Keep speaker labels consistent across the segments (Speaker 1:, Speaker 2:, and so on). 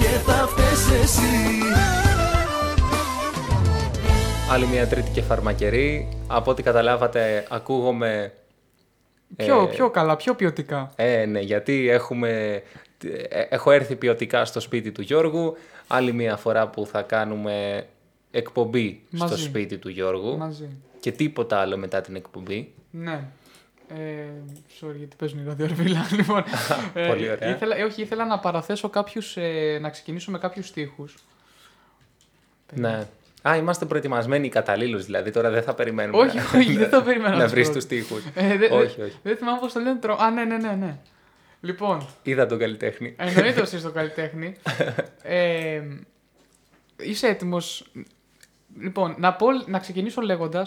Speaker 1: και θα φταίς εσύ
Speaker 2: Άλλη μια τρίτη και φαρμακερή. Από ό,τι καταλάβατε, ακούγομαι.
Speaker 3: Πιο, πιο καλά, πιο ποιοτικά.
Speaker 2: Ε, ναι, γιατί έχουμε. ε, Έχω έρθει ποιοτικά στο σπίτι του Γιώργου. Άλλη μια φορά που θα κάνουμε εκπομπή στο
Speaker 3: Μαζί.
Speaker 2: σπίτι του Γιώργου.
Speaker 3: Μαζί.
Speaker 2: Και τίποτα άλλο μετά την εκπομπή.
Speaker 3: Ναι. Ε, sorry, γιατί παίζουν οι ραδιορβίλα. Λοιπόν, Ε,
Speaker 2: Πολύ ωραία.
Speaker 3: Ήθελα, ε, όχι, ήθελα να παραθέσω κάποιους, ε, να ξεκινήσω με κάποιους στίχους.
Speaker 2: Ναι. Α, είμαστε προετοιμασμένοι καταλήλω, δηλαδή. Τώρα δεν θα περιμένουμε.
Speaker 3: όχι, όχι, δεν θα περίμενα.
Speaker 2: να
Speaker 3: τους
Speaker 2: βρει
Speaker 3: πω.
Speaker 2: του τοίχου.
Speaker 3: Ε, δε-
Speaker 2: όχι,
Speaker 3: δε-
Speaker 2: όχι.
Speaker 3: Δεν θυμάμαι πώς το λένε τρο... Α, ναι, ναι, ναι, ναι. Λοιπόν,
Speaker 2: Είδα τον καλλιτέχνη.
Speaker 3: εννοείται ότι είσαι το καλλιτέχνη. Ε, είσαι έτοιμος. Λοιπόν, να, πω, να ξεκινήσω λέγοντας.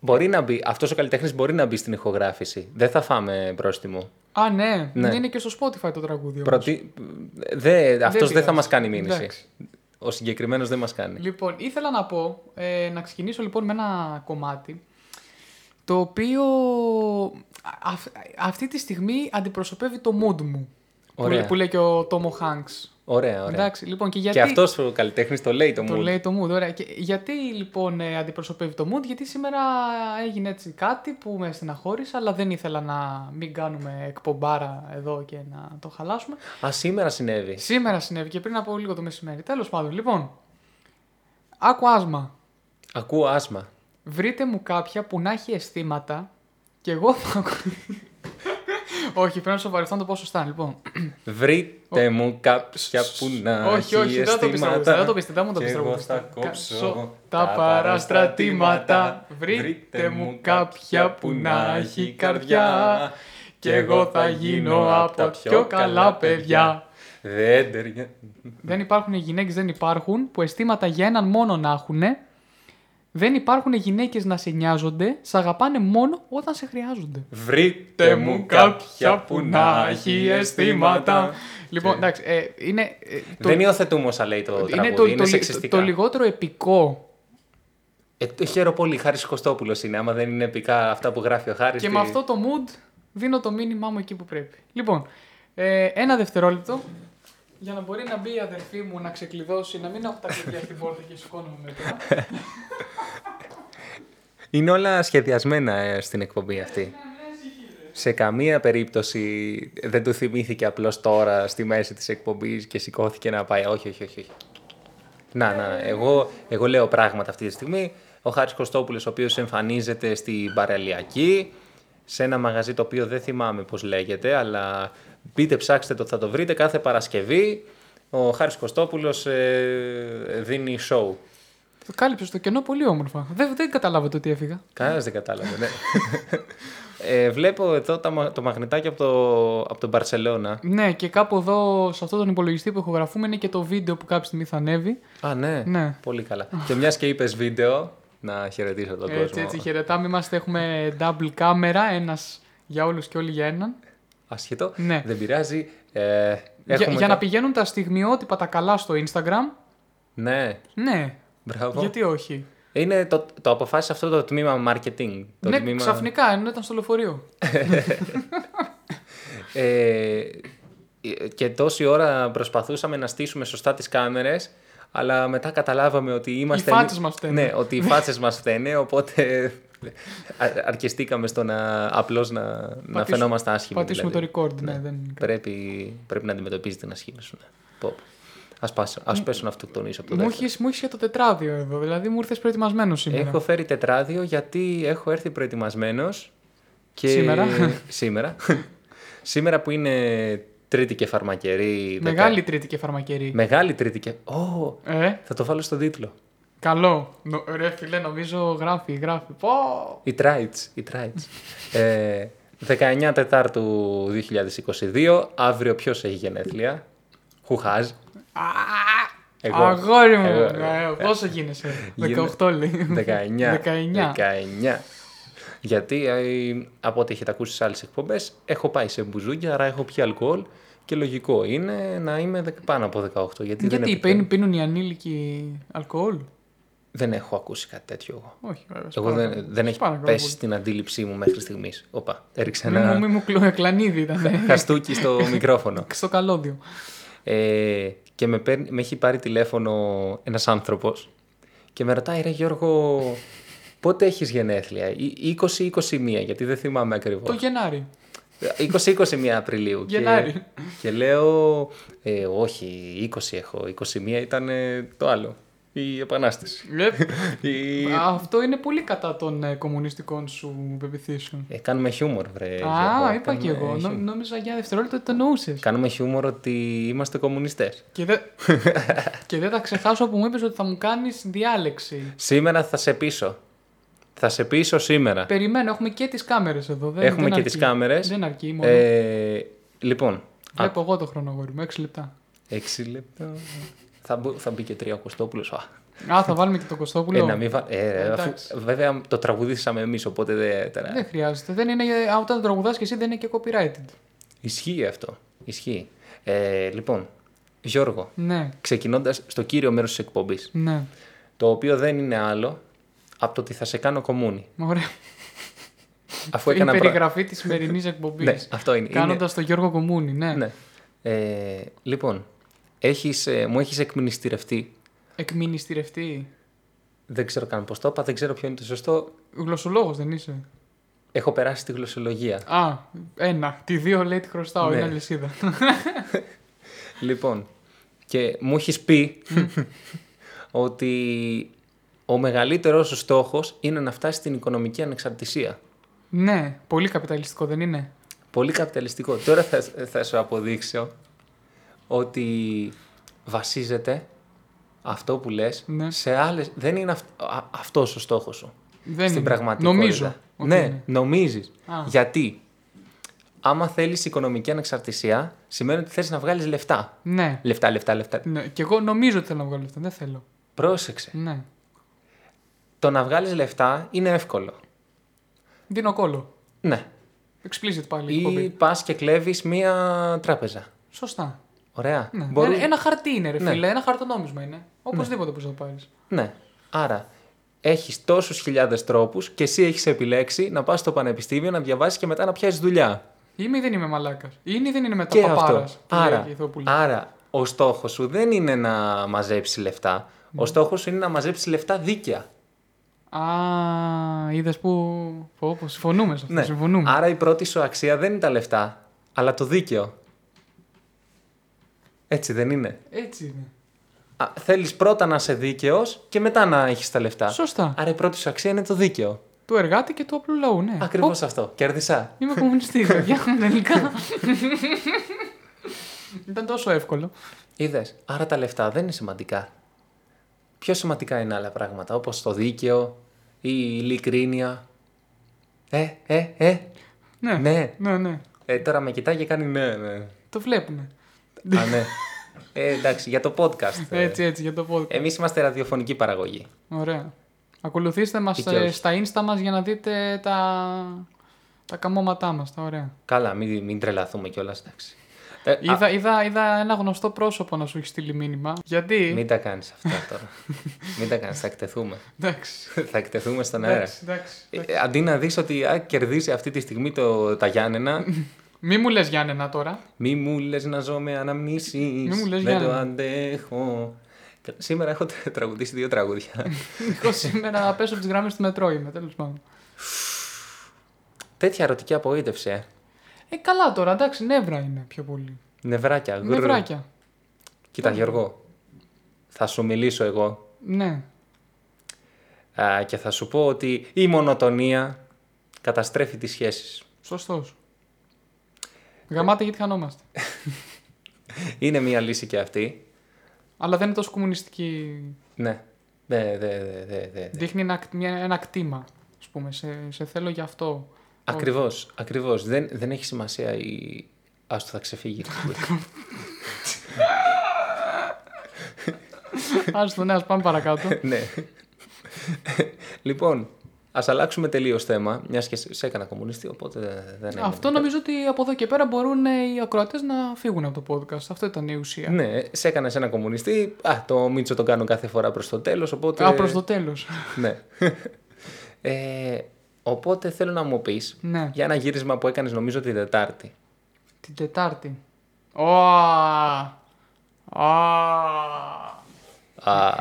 Speaker 2: Μπορεί να μπει, αυτός ο καλλιτέχνης μπορεί να μπει στην ηχογράφηση. Δεν θα φάμε πρόστιμο.
Speaker 3: Α, ναι,
Speaker 2: Ναι.
Speaker 3: είναι και στο Spotify το τραγούδι. όμως.
Speaker 2: Προτι... Δε... Αυτός δεν
Speaker 3: πειράζει.
Speaker 2: θα μας κάνει μήνυση.
Speaker 3: Εντάξει.
Speaker 2: Ο συγκεκριμένος δεν μας κάνει.
Speaker 3: Λοιπόν, ήθελα να πω, ε, να ξεκινήσω λοιπόν με ένα κομμάτι το οποίο α- α- αυτή τη στιγμή αντιπροσωπεύει το mood μου. Που,
Speaker 2: Ωραία.
Speaker 3: λέ- που λέει και ο Τόμο Χάνξ.
Speaker 2: Ωραία, ωραία.
Speaker 3: Εντάξει, λοιπόν, και γιατί...
Speaker 2: Και αυτός ο καλλιτέχνης το λέει το
Speaker 3: Το
Speaker 2: μου.
Speaker 3: λέει το mood, ωραία. Και γιατί λοιπόν ε, αντιπροσωπεύει το mood, γιατί σήμερα έγινε έτσι κάτι που με στεναχώρησε, αλλά δεν ήθελα να μην κάνουμε εκπομπάρα εδώ και να το χαλάσουμε.
Speaker 2: Α, σήμερα συνέβη.
Speaker 3: Σήμερα συνέβη και πριν από λίγο το μεσημέρι. Τέλος πάντων, λοιπόν, άκου άσμα.
Speaker 2: Ακούω άσμα.
Speaker 3: Βρείτε μου κάποια που να έχει αισθήματα και εγώ θα ακου- Όχι, πρέπει να σοβαρευτώ να το πω σωστά, λοιπόν.
Speaker 2: Βρείτε μου κάποια που να
Speaker 3: όχι, όχι, δεν θα το πιστεύω. Δεν θα το πιστεύω. Δεν μου το
Speaker 2: Κι
Speaker 3: πιστεύω.
Speaker 2: εγώ θα
Speaker 3: Κα-
Speaker 2: κόψω
Speaker 3: τα παραστρατήματα. Βρείτε μου κάποια που να έχει καρδιά. Κι εγώ θα γίνω από τα πιο καλά παιδιά.
Speaker 2: Δεν ταιριά...
Speaker 3: Δεν υπάρχουν οι γυναίκες, δεν υπάρχουν που αισθήματα για έναν μόνο να έχουν. Δεν υπάρχουν γυναίκες να σε νοιάζονται, σε αγαπάνε μόνο όταν σε χρειάζονται.
Speaker 2: Βρείτε μου κάποια που να έχει αισθήματα.
Speaker 3: Λοιπόν,
Speaker 2: Και-
Speaker 3: εντάξει, ε, είναι. ε, το-
Speaker 2: Δεν υιοθετούμε όσα λέει το τραγούδι,
Speaker 3: είναι
Speaker 2: είναι,
Speaker 3: το, το, το,
Speaker 2: σεξιστικά.
Speaker 3: το λιγότερο επικό.
Speaker 2: Ε, το χαίρο πολύ, Χάρης Κωστόπουλος είναι, άμα δεν είναι επικά αυτά που γράφει ο Χάρης.
Speaker 3: Και
Speaker 2: τι-
Speaker 3: με αυτό το mood δίνω το μήνυμά μου εκεί που πρέπει. Λοιπόν, ε, ένα δευτερόλεπτο για να μπορεί να μπει η αδερφή μου να ξεκλειδώσει, να μην έχω τα κλειδιά στην πόρτα και σηκώνομαι μετά.
Speaker 2: Είναι όλα σχεδιασμένα ε, στην εκπομπή αυτή. Σε καμία περίπτωση δεν του θυμήθηκε απλώς τώρα στη μέση της εκπομπής και σηκώθηκε να πάει. Όχι, όχι, όχι. όχι. Να, να, εγώ, εγώ λέω πράγματα αυτή τη στιγμή. Ο Χάρης Κωστόπουλος, ο οποίος εμφανίζεται στην παραλιακή, σε ένα μαγαζί το οποίο δεν θυμάμαι πώς λέγεται, αλλά μπείτε ψάξτε το, θα το βρείτε κάθε Παρασκευή. Ο Χάρης Κωστόπουλος ε, δίνει show.
Speaker 3: το κάλυψες το κενό πολύ όμορφα. Δεν, δεν καταλάβατε ότι έφυγα.
Speaker 2: Κανένας δεν κατάλαβε, ναι. ε, βλέπω εδώ τα, μα- το μαγνητάκι από, το, από τον Μπαρσελώνα.
Speaker 3: Ναι, και κάπου εδώ, σε αυτόν τον υπολογιστή που ηχογραφούμε, είναι και το βίντεο που κάποια στιγμή θα ανέβει.
Speaker 2: Α, ναι.
Speaker 3: Ναι.
Speaker 2: Πολύ καλά. και μιας και είπες βίντεο, να χαιρετήσω τον
Speaker 3: Έτσι,
Speaker 2: κόσμο.
Speaker 3: έτσι χαιρετάμε. Είμαστε, έχουμε double κάμερα, ένας για όλους και όλοι για έναν.
Speaker 2: Ασχετό.
Speaker 3: Ναι.
Speaker 2: Δεν πειράζει. Ε,
Speaker 3: Για,
Speaker 2: έχουμε
Speaker 3: για
Speaker 2: και-
Speaker 3: να πηγαίνουν τα στιγμιότυπα τα καλά στο Instagram.
Speaker 2: Ναι,
Speaker 3: Ναι,
Speaker 2: μπράβο.
Speaker 3: γιατί όχι.
Speaker 2: Είναι το, το αποφάσισε αυτό το τμήμα marketing. Το
Speaker 3: ναι,
Speaker 2: τμήμα...
Speaker 3: ξαφνικά ενώ ήταν στο λεωφορείο.
Speaker 2: Ε, και τόση ώρα προσπαθούσαμε να στήσουμε σωστά τις κάμερες, αλλά μετά καταλάβαμε ότι είμαστε...
Speaker 3: φάτσες μας φταίνε.
Speaker 2: Ναι, ότι οι φάτσες μας φταίνε, οπότε α- αρκεστήκαμε στο να απλώς να, να
Speaker 3: Πατήσουμε-
Speaker 2: φαινόμαστε άσχημοι. δηλαδή.
Speaker 3: πατήσουμε το record, ναι, δεν-
Speaker 2: Πρέπει, πρέπει να αντιμετωπίζετε την ασχήμη σου. Ναι. Πω, πω. Ας, πάσω, ας πέσω να αυτοκτονήσω από το
Speaker 3: μου
Speaker 2: δεύτερο.
Speaker 3: έχεις, μου έχεις και το τετράδιο εδώ, δηλαδή μου ήρθες προετοιμασμένος σήμερα.
Speaker 2: Έχω φέρει τετράδιο γιατί έχω έρθει προετοιμασμένος. Και...
Speaker 3: Σήμερα.
Speaker 2: σήμερα. σήμερα που είναι Τρίτη και Φαρμακερή.
Speaker 3: Μεγάλη
Speaker 2: δεκα-
Speaker 3: τρίτη και φαρμακερή.
Speaker 2: Μεγάλη Τρίτη και. Ω,
Speaker 3: Ε,
Speaker 2: θα το βάλω στον τίτλο.
Speaker 3: καλό. Νο, ρε φίλε, νομίζω γράφει, γράφει. Πω!
Speaker 2: Η Τράιτς. Η Τράιτς. ε, 19 Τετάρτου 2022. Αύριο ποιος έχει γενέθλια. Χουχάζ.
Speaker 3: Α,
Speaker 2: Εγώ.
Speaker 3: Αγόρι μου,
Speaker 2: Εγώ, εγώ.
Speaker 3: ε, πόσο γίνεσαι.
Speaker 2: Γίνε-
Speaker 3: 18 λέει.
Speaker 2: 19.
Speaker 3: 19.
Speaker 2: 19. Γιατί ε, από ό,τι έχετε ακούσει σε άλλες εκπομπές, έχω πάει σε μπουζούκια, άρα έχω πιει αλκοόλ και λογικό είναι να είμαι δε- πάνω από 18. Γιατί, δεν,
Speaker 3: Γιατί
Speaker 2: επιτρέπει-
Speaker 3: πίνουν, πίνουν οι ανήλικοι αλκοόλ.
Speaker 2: δεν έχω ακούσει κάτι τέτοιο εγώ.
Speaker 3: Όχι, βέβαια. σε
Speaker 2: Εγώ δεν,
Speaker 3: παρακαλώ.
Speaker 2: δεν
Speaker 3: Σε
Speaker 2: έχει
Speaker 3: παρακαλώ
Speaker 2: πέσει
Speaker 3: πολύ.
Speaker 2: στην αντίληψή μου μέχρι στιγμής. Όπα, έριξε
Speaker 3: Μη μου, μη
Speaker 2: ένα
Speaker 3: ε. μου κλω- κλανίδι ήταν.
Speaker 2: χαστούκι στο μικρόφωνο.
Speaker 3: Στο καλώδιο.
Speaker 2: Ε, και με, παίρνει- με έχει πάρει τηλέφωνο ένας άνθρωπος και με ρωτάει ρε Γιώργο πότε έχεις γενέθλια, Ή- 20-21 γιατί δεν θυμάμαι ακριβώς.
Speaker 3: Το Γενάρη.
Speaker 2: 20-21 Απριλίου.
Speaker 3: Γενάρη.
Speaker 2: Και, και λέω, «Ε, όχι, 20 έχω. 21 ήταν ε, το άλλο. Η Επανάσταση.
Speaker 3: Ε,
Speaker 2: Η...
Speaker 3: Αυτό είναι πολύ κατά των ε, κομμουνιστικών σου πεπιθήσεων.
Speaker 2: Ε, κάνουμε χιούμορ, βρε. Γιώργο,
Speaker 3: Α, είπα
Speaker 2: κάνουμε
Speaker 3: και εγώ. Νο-
Speaker 2: χιούμορ.
Speaker 3: Νόμιζα για δευτερόλεπτο ότι το εννοούσες.
Speaker 2: Κάνουμε χιούμορ ότι είμαστε κομμουνιστές.
Speaker 3: Και δεν και δεν θα ξεχάσω που μου είπες ότι θα μου κάνεις διάλεξη.
Speaker 2: Σήμερα θα σε πείσω. Θα σε πείσω σήμερα.
Speaker 3: Περιμένω, έχουμε και τις κάμερες εδώ. Δεν,
Speaker 2: Έχουμε
Speaker 3: δεν
Speaker 2: και τις
Speaker 3: αρκεί.
Speaker 2: κάμερες.
Speaker 3: Δεν αρκεί, μόνο.
Speaker 2: Ε, λοιπόν, α,
Speaker 3: Βλέπω εγώ το χρονογόρι μου, 6 λεπτά.
Speaker 2: 6 λεπτά. Θα, μπο- θα μπει και τρία Κωστόπουλος. Α,
Speaker 3: Α, θα βάλουμε και το Κωστόπουλο.
Speaker 2: Ε, να μην βα- ε, ρε, αφού-
Speaker 3: Εντάξει. Ναι,
Speaker 2: βέβαια το τραγουδήσαμε εμείς, οπότε δεν... τερα-
Speaker 3: Δεν χρειάζεται. Δεν είναι, α, όταν τραγουδάς και εσύ δεν είναι και copyrighted.
Speaker 2: Ισχύει αυτό. Ισχύει. Ε, λοιπόν, Γιώργο,
Speaker 3: Ναι,
Speaker 2: ξεκινώντας στο κύριο μέρος της εκπομπής,
Speaker 3: ναι.
Speaker 2: το οποίο δεν είναι άλλο από το ότι θα σε κάνω κομμούνι.
Speaker 3: Ωραία.
Speaker 2: Αφού
Speaker 3: Η
Speaker 2: έκανα προ-
Speaker 3: περιγραφή της σημερινής εκπομπής.
Speaker 2: Ναι, αυτό είναι.
Speaker 3: Κάνοντα τον Γιώργο Κομούνη, ναι.
Speaker 2: Είναι- Ναι. Ε, λοιπόν, έχεις, ε, μου έχεις εκμυνιστηρευτεί.
Speaker 3: Εκμηνιστηρευτή.
Speaker 2: Δεν ξέρω καν πώς το είπα, δεν ξέρω ποιο είναι το σωστό.
Speaker 3: Γλωσσολόγος δεν είσαι.
Speaker 2: Έχω περάσει τη γλωσσολογία.
Speaker 3: Α, ένα. Τη δύο λέει τη χρωστάω,
Speaker 2: Ναι.
Speaker 3: είναι αλυσίδα.
Speaker 2: λοιπόν, και μου έχεις πει ότι ο μεγαλύτερός σου στόχος είναι να φτάσεις στην οικονομική ανεξαρτησία.
Speaker 3: ναι, πολύ καπιταλιστικό δεν είναι.
Speaker 2: Πολύ καπιταλιστικό. Τώρα θα, θα σου αποδείξω ότι βασίζεται αυτό που λες
Speaker 3: Ναι.
Speaker 2: σε άλλες... Δεν είναι αυ- α- αυτός ο στόχος σου.
Speaker 3: Δεν
Speaker 2: στην
Speaker 3: είναι.
Speaker 2: πραγματικότητα.
Speaker 3: Νομίζω. ότι
Speaker 2: Ναι,
Speaker 3: είναι.
Speaker 2: νομίζεις.
Speaker 3: Α.
Speaker 2: Γιατί άμα θέλεις οικονομική ανεξαρτησία σημαίνει ότι θες να βγάλεις λεφτά.
Speaker 3: ναι.
Speaker 2: Λεφτά, λεφτά, λεφτά.
Speaker 3: ναι. Και εγώ νομίζω ότι θέλω να βγάλω λεφτά. Δεν θέλω.
Speaker 2: Πρόσεξε.
Speaker 3: Ναι.
Speaker 2: Το να βγάλεις λεφτά είναι εύκολο.
Speaker 3: Δίνω κόλλο.
Speaker 2: Ναι.
Speaker 3: Explicit πάλι. η
Speaker 2: Ή
Speaker 3: εκπομπή.
Speaker 2: πας και κλέβεις μία τράπεζα.
Speaker 3: Σωστά.
Speaker 2: Ωραία.
Speaker 3: Ναι.
Speaker 2: Μπορούν-
Speaker 3: Ένα- Ένα χαρτί είναι, ρε
Speaker 2: Ναι.
Speaker 3: φίλε. Ένα χαρτονόμισμα είναι. Οπωσδήποτε μπορεί να το πάρεις.
Speaker 2: Ναι. Άρα, έχεις τόσους χιλιάδες τρόπους και εσύ έχεις επιλέξει να πας στο πανεπιστήμιο, να διαβάσεις και μετά να πιάσεις δουλειά.
Speaker 3: Είμαι ή δεν είμαι μαλάκας. Είναι ή δεν είναι με τα
Speaker 2: και αυτό.
Speaker 3: παπάρα.
Speaker 2: Άρα, άρα, ο στόχος σου δεν είναι να μαζέψεις λεφτά. Ο
Speaker 3: Ναι.
Speaker 2: στόχος σου είναι να μαζέψεις λεφτά δίκαια.
Speaker 3: Α, είδες που. Πω, πω, συμφωνούμε σε
Speaker 2: Ναι.
Speaker 3: αυτό. Συμφωνούμε.
Speaker 2: Άρα η πρώτη σου αξία δεν είναι τα λεφτά, αλλά το δίκαιο. Έτσι δεν είναι.
Speaker 3: Έτσι είναι.
Speaker 2: Α, θέλεις πρώτα να είσαι δίκαιος και μετά να έχεις τα λεφτά.
Speaker 3: Σωστά.
Speaker 2: Άρα η πρώτη σου αξία είναι το δίκαιο.
Speaker 3: Του εργάτη και του απλού λαού, ναι.
Speaker 2: Ακριβώς αυτό. Κέρδισα.
Speaker 3: Είμαι κομμουνιστής, παιδιά, τελικά. Ήταν τόσο εύκολο.
Speaker 2: Είδες. Άρα τα λεφτά δεν είναι σημαντικά. Πιο σημαντικά είναι άλλα πράγματα, όπως το δίκαιο, η ειλικρίνεια. Ε, ε, ε.
Speaker 3: Ναι.
Speaker 2: Ναι.
Speaker 3: ναι. ναι.
Speaker 2: ε τώρα με κοιτάει και κάνει ναι, ναι.
Speaker 3: Το βλέπουνε.
Speaker 2: Α, ναι. Ε, εντάξει, για το podcast.
Speaker 3: Έτσι, έτσι, για το podcast.
Speaker 2: Εμείς είμαστε ραδιοφωνική παραγωγή.
Speaker 3: Ωραία. Ακολουθήστε μας
Speaker 2: Δικαίως.
Speaker 3: ε, στα insta μας για να δείτε τα, τα καμώματά μας, τα ωραία.
Speaker 2: Καλά, μην, μην τρελαθούμε κιόλας, εντάξει. Ε, α,
Speaker 3: Είδα, είδα, είδα ένα γνωστό πρόσωπο να σου έχει στείλει μήνυμα. Γιατί.
Speaker 2: μην τα κάνεις αυτά τώρα. μην τα κάνεις, θα εκτεθούμε.
Speaker 3: Εντάξει.
Speaker 2: θα εκτεθούμε στον αέρα.
Speaker 3: Εντάξει, εντάξει.
Speaker 2: Ε, ε, Αντί να δεις ότι α, κερδίζει αυτή τη στιγμή το, τα Γιάννενα,
Speaker 3: Μη μου λες Γιάννενα τώρα.
Speaker 2: Μη μου λες να ζω με αναμνήσεις,
Speaker 3: Μη μου λες,
Speaker 2: δεν το
Speaker 3: Γιάννη.
Speaker 2: αντέχω. Κα- Σήμερα έχω τρα- τραγουδήσει δύο τραγούδια.
Speaker 3: Εγώ σήμερα να πέσω από τις γραμμές του μετρό είμαι, τέλος πάντων.
Speaker 2: Τέτοια ερωτική απογοήτευση, ε.
Speaker 3: Ε, καλά τώρα, εντάξει, νεύρα είναι πιο πολύ.
Speaker 2: Νευράκια. γκρ.
Speaker 3: Νευράκια.
Speaker 2: Κοίτα, Γιώργο, θα σου μιλήσω εγώ
Speaker 3: Ναι.
Speaker 2: α, και θα σου πω ότι η μονοτονία καταστρέφει τις σχέσεις.
Speaker 3: Σωστός. Γαμάτε γιατί χανόμαστε.
Speaker 2: Είναι μία λύση και αυτή.
Speaker 3: Αλλά δεν είναι τόσο κομμουνιστική.
Speaker 2: Ναι. Δε, δε, δε, δε, δε.
Speaker 3: Δείχνει ένα, κ- μια- ένα κτήμα, ας πούμε. Σε, σε θέλω γι' αυτό.
Speaker 2: Ακριβώς, ακριβώς. Δεν, δεν έχει σημασία η... Άστο, θα ξεφύγει.
Speaker 3: Άστο, ναι, ας πάμε παρακάτω.
Speaker 2: ναι. λοιπόν, ας αλλάξουμε τελείως θέμα, μιας και σε σε έκανα κομμουνιστή, οπότε δεν- δεν έγινε.
Speaker 3: αυτό νομίζω ότι από εδώ και πέρα μπορούν ε, οι ακροατές να φύγουν από το podcast. Αυτό ήταν η ουσία.
Speaker 2: Ναι, σε έκανα σε ένα κομμουνιστή. Α, το Μίτσο τον κάνω κάθε φορά προς το τέλος. Οπότε...
Speaker 3: Α, προς το τέλος.
Speaker 2: Ναι. ε, οπότε θέλω να μου πεις
Speaker 3: ναι.
Speaker 2: για ένα γύρισμα που έκανες, νομίζω, την Τετάρτη.
Speaker 3: Την Τετάρτη. Ω! Α!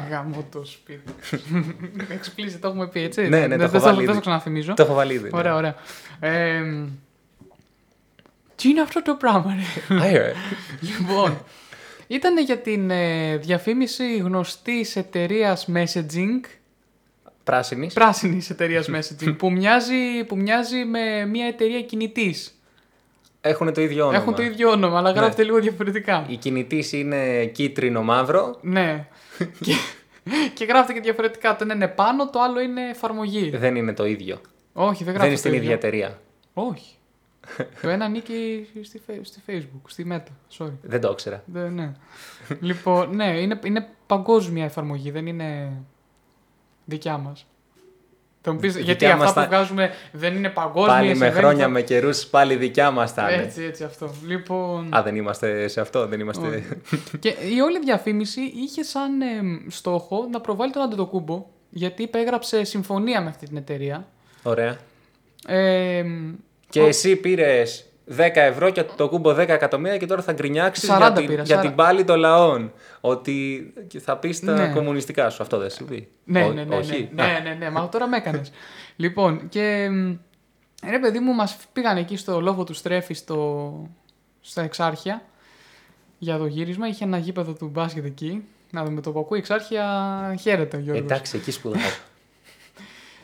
Speaker 3: Γαμώ το σπίτι. Explicit το έχουμε πει, έτσι.
Speaker 2: Ναι, ναι,
Speaker 3: Ε, Δεν-
Speaker 2: το έχω
Speaker 3: δεν
Speaker 2: βάλει
Speaker 3: Δεν
Speaker 2: ήδη.
Speaker 3: το ξαναθυμίζω.
Speaker 2: Το έχω βάλει ήδη. ναι.
Speaker 3: Ωραία, ωραία. Ε, μ, τι είναι αυτό το πράγμα, ρε.
Speaker 2: Άιρα.
Speaker 3: λοιπόν, ήταν για την ε, διαφήμιση γνωστής εταιρείας messaging,
Speaker 2: Πράσινης.
Speaker 3: πράσινης εταιρείας messaging, που μοιάζει, που μοιάζει με μια εταιρεία κινητής.
Speaker 2: Έχουν το ίδιο όνομα.
Speaker 3: Έχουν το ίδιο όνομα, αλλά
Speaker 2: Ναι.
Speaker 3: γράφεται λίγο διαφορετικά.
Speaker 2: Η κινητής είναι κίτρινο-μαύρο.
Speaker 3: Ναι. και, και γράφεται και διαφορετικά. Το ένα είναι πάνω, το άλλο είναι εφαρμογή.
Speaker 2: Δεν είναι το ίδιο.
Speaker 3: Όχι,
Speaker 2: Ε,
Speaker 3: δεν γράφεται.
Speaker 2: Δεν είναι στην
Speaker 3: το
Speaker 2: ίδια
Speaker 3: ίδιο.
Speaker 2: εταιρεία.
Speaker 3: Όχι. το ένα νίκη στη, φε- στη Facebook, στη Meta. Sorry.
Speaker 2: Δεν το ήξερα.
Speaker 3: Δε- ναι. λοιπόν, ναι, είναι, είναι παγκόσμια εφαρμογή, δεν είναι δικιά μας. Θα μου πεις,
Speaker 2: Δικιά
Speaker 3: γιατί αυτά
Speaker 2: μας
Speaker 3: που
Speaker 2: τα-
Speaker 3: βγάζουμε δεν είναι παγκόσμια.
Speaker 2: Πάλι με
Speaker 3: συμβαίνει
Speaker 2: χρόνια,
Speaker 3: θα-
Speaker 2: με καιρούς, πάλι δικιά μας τα είναι.
Speaker 3: Έτσι, έτσι αυτό. Λοιπόν.
Speaker 2: Α, δεν είμαστε σε αυτό, δεν είμαστε.
Speaker 3: όχι. και η όλη διαφήμιση είχε σαν εμ, στόχο να προβάλλει τον Αντετοκούμπο, γιατί υπέγραψε συμφωνία με αυτή την εταιρεία. Ε,
Speaker 2: Ωραία.
Speaker 3: Εμ,
Speaker 2: Και
Speaker 3: ο-
Speaker 2: εσύ πήρες 10 ευρώ και το κούμπο 10 εκατομμύρια και τώρα θα γκρινιάξεις για,
Speaker 3: 40
Speaker 2: την,
Speaker 3: πήρα,
Speaker 2: για
Speaker 3: 40.
Speaker 2: την πάλη των λαών. Ότι και θα πεις τα
Speaker 3: Ναι.
Speaker 2: κομμουνιστικά σου. Αυτό δεν σου πει.
Speaker 3: Ναι,
Speaker 2: Ο-
Speaker 3: ναι, ναι,
Speaker 2: όχι.
Speaker 3: ναι,
Speaker 2: Α,
Speaker 3: ναι, ναι, ναι, μα τώρα με έκανες. λοιπόν, και μ, ρε παιδί μου, μας πήγαν εκεί στο λόφο του Στρέφη στο, στα Εξάρχεια για το γύρισμα. Είχε ένα γήπεδο του μπάσκετ εκεί. Να δούμε το που ακούει. Εξάρχεια χαίρεται ο Γιώργος.
Speaker 2: Εντάξει, εκεί σπουδάζω.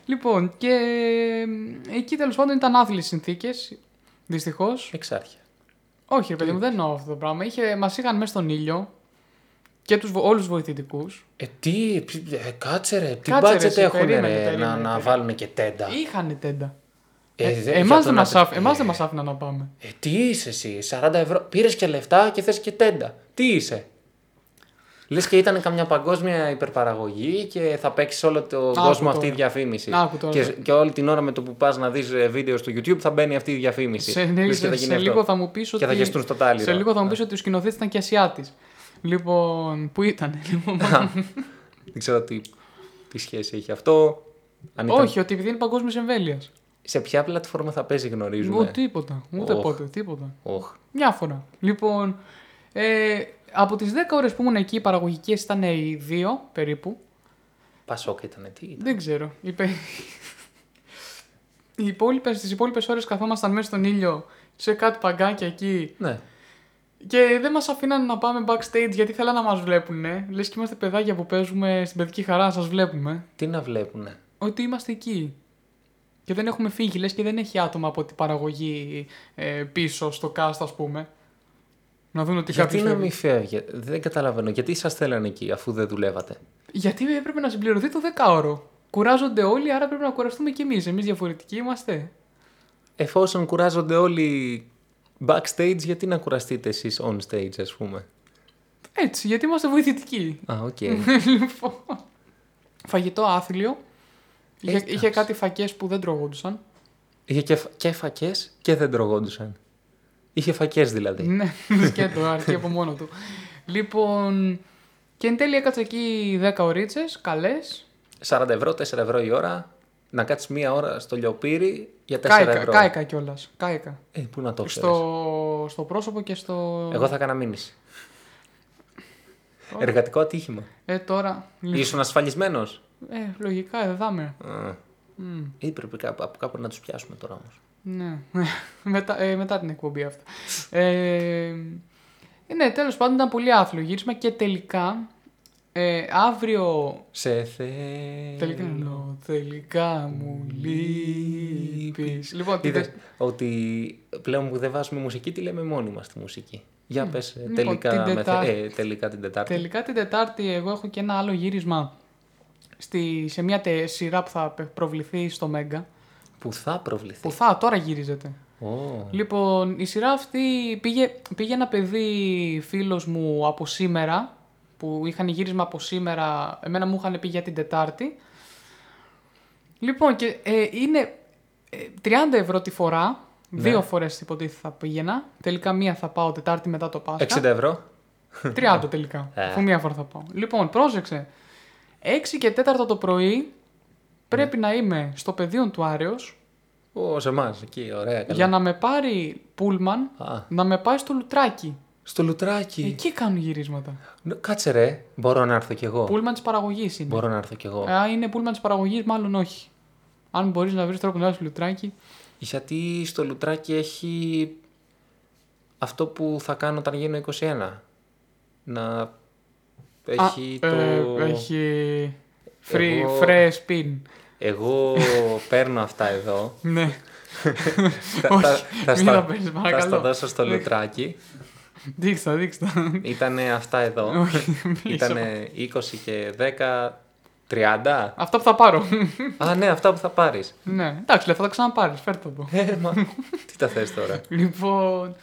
Speaker 3: Λοιπόν, και μ, εκεί τέλος πάντων ήταν άθλιες συνθήκες, δυστυχώς.
Speaker 2: Εξάρχεια.
Speaker 3: Όχι, ρε παιδί μου, δεν εννοώ αυτό το πράγμα. Είχε, μας είχαν μέσα στον ήλιο και τους, βο- όλους τους βοηθητικούς.
Speaker 2: Ε, τι, π- ε, κάτσε ρε, τι
Speaker 3: Κάτσε, ρε,
Speaker 2: μπάτζετ
Speaker 3: εσύ,
Speaker 2: έχουν
Speaker 3: περίμενε,
Speaker 2: ρε,
Speaker 3: περίμενε,
Speaker 2: να, να
Speaker 3: περίμενε.
Speaker 2: βάλουν και τέντα.
Speaker 3: Είχανε τέντα.
Speaker 2: Ε,
Speaker 3: Ε,
Speaker 2: δε- για
Speaker 3: εμάς,
Speaker 2: τον
Speaker 3: δεν μας
Speaker 2: Αντε-
Speaker 3: άφη- εμάς δεν μας άφηναν να πάμε.
Speaker 2: Ε, τι είσαι εσύ, 40 ευρώ. Πήρες και λεφτά και θες και τέντα. Τι είσαι. Λες και ήταν καμιά παγκόσμια υπερπαραγωγή και θα παίξεις όλο τον
Speaker 3: Άκου
Speaker 2: κόσμο
Speaker 3: τώρα.
Speaker 2: αυτή η διαφήμιση.
Speaker 3: Άκου τώρα.
Speaker 2: Και, και όλη την ώρα με το που πας να δεις βίντεο στο YouTube θα μπαίνει αυτή η διαφήμιση.
Speaker 3: Σε,
Speaker 2: Ε, Λες και
Speaker 3: σε,
Speaker 2: θα γίνει αυτό.
Speaker 3: λίγο θα μου πεις
Speaker 2: Και
Speaker 3: ότι.
Speaker 2: θα γεστούν στο τάλιρο. Ε.
Speaker 3: Σε λίγο θα μου πεις ότι ο σκηνοθέτης ήταν και Ασιάτης. Λοιπόν, που ήταν. Λοιπόν,
Speaker 2: Ε, Δεν ξέρω τι, τι σχέση έχει αυτό. Αν ήταν-
Speaker 3: όχι, ότι επειδή είναι παγκόσμια εμβέλειας.
Speaker 2: Σε ποια πλατφόρμα θα παίζει, γνωρίζουμε.
Speaker 3: Ούτε τίποτα. Ούτε
Speaker 2: Οχ.
Speaker 3: πότε, τίποτα.
Speaker 2: Οχ.
Speaker 3: Μια φορά. Λοιπόν, ε, από τις 10 ώρες που ήμουν εκεί, οι παραγωγικές ήταν οι 2 περίπου.
Speaker 2: Πασόκ ήταν, τι ήταν.
Speaker 3: Δεν ξέρω. Είπε... Οι υπόλοιπες, τις υπόλοιπες ώρες καθόμασταν μέσα στον ήλιο σε κάτι παγκάκια εκεί
Speaker 2: Ναι.
Speaker 3: Και δεν μας αφήναν να πάμε backstage γιατί θέλαν να μας βλέπουν. Λες και είμαστε παιδάκια που παίζουμε στην παιδική χαρά, να σας βλέπουμε.
Speaker 2: Τι να βλέπουνε.
Speaker 3: Ότι είμαστε εκεί. Και δεν έχουμε φύγει, λες και δεν έχει άτομα από την παραγωγή ε, πίσω στο cast, ας πούμε. Να δουν ότι
Speaker 2: Γιατί
Speaker 3: κάποιο.
Speaker 2: να μην φεύγει, δεν καταλαβαίνω. Γιατί σας θέλανε εκεί αφού δεν δουλεύατε.
Speaker 3: Γιατί έπρεπε να συμπληρωθεί το δεκάωρο. Κουράζονται όλοι, άρα πρέπει να κουραστούμε κι εμείς. Εμείς διαφορετικοί είμαστε.
Speaker 2: Εφόσον κουράζονται όλοι backstage, γιατί να κουραστείτε εσείς on stage, ας πούμε.
Speaker 3: Έτσι, γιατί είμαστε βοηθητικοί.
Speaker 2: Α, οκ.
Speaker 3: λοιπόν. Φαγητό άθλιο. Είχε,
Speaker 2: Εντάξει.
Speaker 3: είχε κάτι φακές που δεν τρώγονταν.
Speaker 2: Είχε και, φα- και φακές και δεν τρογόντουσαν. Είχε φακές δηλαδή.
Speaker 3: Ναι, σκέτο, αρκεί από μόνο του. Λοιπόν, και εν τέλει έκατσα εκεί 10 ωρίτσες, καλές.
Speaker 2: 40 ευρώ, 4 ευρώ η ώρα. Να κάτσεις μία ώρα στο λιοπύρι για 4
Speaker 3: Κάηκα,
Speaker 2: ευρώ.
Speaker 3: κάηκα κιόλας. Κάηκα.
Speaker 2: Ε, πού να το ξέρεις.
Speaker 3: Στο, στο πρόσωπο και στο.
Speaker 2: Εγώ θα έκανα μήνυση. Εργατικό ατύχημα.
Speaker 3: Ε, τώρα. λι-
Speaker 2: Ήσουν ασφαλισμένος.
Speaker 3: Ε, λογικά, εδάμε.
Speaker 2: Ή πρέπει κάπου, από κάπου να τους πιάσουμε τώρα όμως.
Speaker 3: Ναι. μετά, ε, μετά την εκπομπή αυτά. Ε, ε, ναι, τέλος πάντων ήταν πολύ άθλιο γύρισμα και τελικά. Ε, αύριο
Speaker 2: Σε θέλω.
Speaker 3: Τελικά, λέω, τελικά μου λείπεις. Λοιπόν, την
Speaker 2: Είδες ότι πλέον που δεν βάζουμε μουσική, τη λέμε μόνοι μας τη μουσική. Για πες, ε, τελικά,
Speaker 3: Ναι. Λοιπόν, την
Speaker 2: με θε-
Speaker 3: Τετάρτη.
Speaker 2: ε, τελικά την Τετάρτη.
Speaker 3: Τελικά την Τετάρτη εγώ έχω και ένα άλλο γύρισμα στη, σε μια τε, σειρά που θα πε- προβληθεί στο Μέγκα.
Speaker 2: Που θα προβληθεί.
Speaker 3: Που θα, τώρα γυρίζεται.
Speaker 2: Ω,
Speaker 3: Λοιπόν, η σειρά αυτή πήγε, πήγε ένα παιδί φίλος μου από σήμερα, που είχαν γύρισμα από σήμερα, εμένα μου είχαν πει για την Τετάρτη. Λοιπόν, και ε, είναι ε, 30 ευρώ τη φορά,
Speaker 2: Ναι.
Speaker 3: δύο φορές υποτίθεται θα πήγαινα, τελικά μία θα πάω Τετάρτη μετά το Πάσχα.
Speaker 2: 60 ευρώ.
Speaker 3: 30 τελικά.
Speaker 2: Ε.
Speaker 3: Αφού μία φορά θα πάω. Λοιπόν, πρόσεξε. 6 και 4 το πρωί πρέπει
Speaker 2: Ναι.
Speaker 3: να είμαι στο πεδίο του Άρεος
Speaker 2: Ω, σε εμάς, εκεί, ωραία. Καλά.
Speaker 3: για να με πάρει πούλμαν
Speaker 2: Α,
Speaker 3: να με πάει στο λουτράκι.
Speaker 2: Στο λουτράκι.
Speaker 3: Εκεί κάνουν γυρίσματα.
Speaker 2: Ν- Κάτσε ρε. Μπορώ να έρθω κι εγώ.
Speaker 3: Πούλμαν της παραγωγής είναι.
Speaker 2: Μπορώ να έρθω κι εγώ.
Speaker 3: Αν είναι πούλμαν της παραγωγής, μάλλον όχι. Αν μπορείς να βρεις τρόπο να σου λουτράκι.
Speaker 2: Γιατί στο λουτράκι έχει αυτό που θα κάνω όταν γίνω 21. Να έχει
Speaker 3: Α,
Speaker 2: το...
Speaker 3: ε, έχει. Free,
Speaker 2: Εγώ-
Speaker 3: fresh pin.
Speaker 2: Εγώ παίρνω αυτά εδώ.
Speaker 3: Ναι.
Speaker 2: θα,
Speaker 3: Όχι,
Speaker 2: θα,
Speaker 3: μην
Speaker 2: στα-
Speaker 3: τα παίρνεις,
Speaker 2: θα
Speaker 3: παρακαλώ.
Speaker 2: στα δώσω στο
Speaker 3: Δεν-
Speaker 2: λουτράκι.
Speaker 3: δείξτε, δείξτε.
Speaker 2: Ήτανε αυτά εδώ.
Speaker 3: Όχι, μη είσαι-
Speaker 2: Ήτανε 20 και 10, 30.
Speaker 3: Αυτά που θα πάρω.
Speaker 2: Α, ναι, αυτά που θα πάρεις.
Speaker 3: ναι, εντάξει, λεφτά θα τα ξαναπάρεις. Φέρτε το.
Speaker 2: Ε, μα, τι τα θες τώρα.
Speaker 3: Λοιπόν.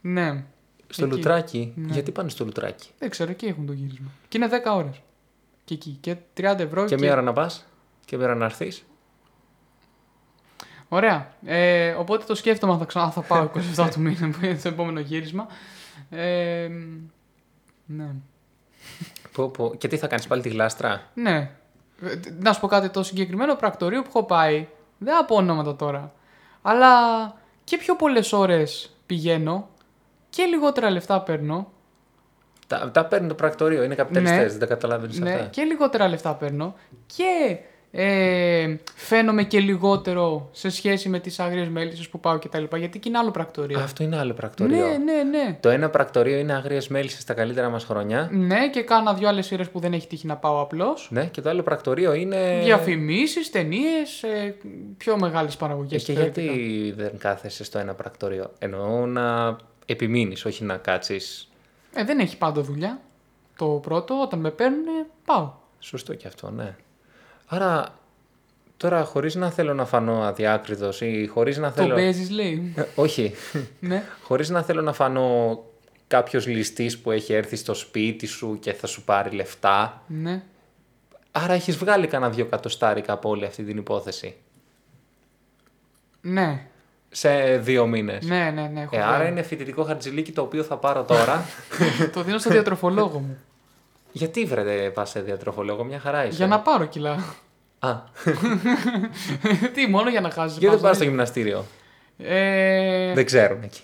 Speaker 3: Ναι.
Speaker 2: Στο
Speaker 3: Εκεί.
Speaker 2: λουτράκι.
Speaker 3: Ναι.
Speaker 2: Γιατί πάνε στο λουτράκι.
Speaker 3: Δεν ξέρω, εκεί έχουν το γύρισμα. Και είναι 10 ώρες. Και εκεί. Και 30 ευρώ.
Speaker 2: Και μία ώρα να πας και μία ώρα να έρθεις.
Speaker 3: Ωραία. Ε, οπότε το σκέφτομαι αν θα, ξανά, αν θα πάω 27 του μήνα που είναι το επόμενο γύρισμα. Ε, ναι.
Speaker 2: Πω, πω. Και τι θα κάνεις πάλι τη γλάστρα.
Speaker 3: Ναι. Ε, τ- Να σου πω κάτι, το συγκεκριμένο πρακτορείο που έχω πάει, δεν από ονόματα τώρα, αλλά και πιο πολλές ώρες πηγαίνω και λιγότερα λεφτά παίρνω.
Speaker 2: Τα, τα παίρνει το πρακτορείο. Είναι καπιταλιστές,
Speaker 3: Ναι.
Speaker 2: δεν τα καταλαβαίνεις
Speaker 3: Ναι,
Speaker 2: αυτά.
Speaker 3: και λιγότερα λεφτά παίρνω και ε, φαίνομαι και λιγότερο σε σχέση με τις άγριες μέλισσες που πάω κτλ. Γιατί και είναι άλλο πρακτορείο.
Speaker 2: Αυτό είναι άλλο πρακτορείο.
Speaker 3: ναι, ναι, ναι.
Speaker 2: Το ένα πρακτορείο είναι αγρίες μέλισσες στα καλύτερα μας χρόνια.
Speaker 3: Ναι, και κάνα δύο άλλες σειρές που δεν έχει τύχει να πάω απλώς.
Speaker 2: Ναι, και το άλλο πρακτορείο είναι.
Speaker 3: Διαφημίσεις, ταινίες, ε, πιο μεγάλες
Speaker 2: Ε,
Speaker 3: παραγωγές.
Speaker 2: Και
Speaker 3: θεωρητικά.
Speaker 2: γιατί δεν κάθεσαι στο ένα πρακτορείο. Εννοώ να επιμείνεις, όχι να κάτσεις.
Speaker 3: Ε, δεν έχει πάντα δουλειά. Το πρώτο, όταν με παίρνουν, πάω.
Speaker 2: Σωστό και αυτό, ναι. Άρα, τώρα χωρίς να θέλω να φανώ αδιάκριτος ή χωρίς να
Speaker 3: Το
Speaker 2: θέλω.
Speaker 3: παίζεις, λέει.
Speaker 2: Ε, όχι.
Speaker 3: ναι.
Speaker 2: χωρίς να θέλω να φανώ κάποιος ληστής που έχει έρθει στο σπίτι σου και θα σου πάρει λεφτά.
Speaker 3: ναι.
Speaker 2: Άρα έχεις βγάλει κανένα δυο κατοστάρικα από όλη αυτή την υπόθεση.
Speaker 3: Ναι.
Speaker 2: Σε δύο μήνες.
Speaker 3: Ναι, ναι, ναι. έχω
Speaker 2: Ε, άρα
Speaker 3: βγάλει.
Speaker 2: είναι φοιτητικό χαρτζιλίκι το οποίο θα πάρω τώρα.
Speaker 3: Το δίνω στο διατροφολόγο μου.
Speaker 2: Γιατί βρε πας σε διατροφολόγο, μια χαρά είσαι.
Speaker 3: για να πάρω κιλά.
Speaker 2: Α,
Speaker 3: Τι, μόνο για να χάσεις.
Speaker 2: γιατί δεν Ναι. πα στο γυμναστήριο.
Speaker 3: ε,
Speaker 2: δεν ξέρουν εκεί.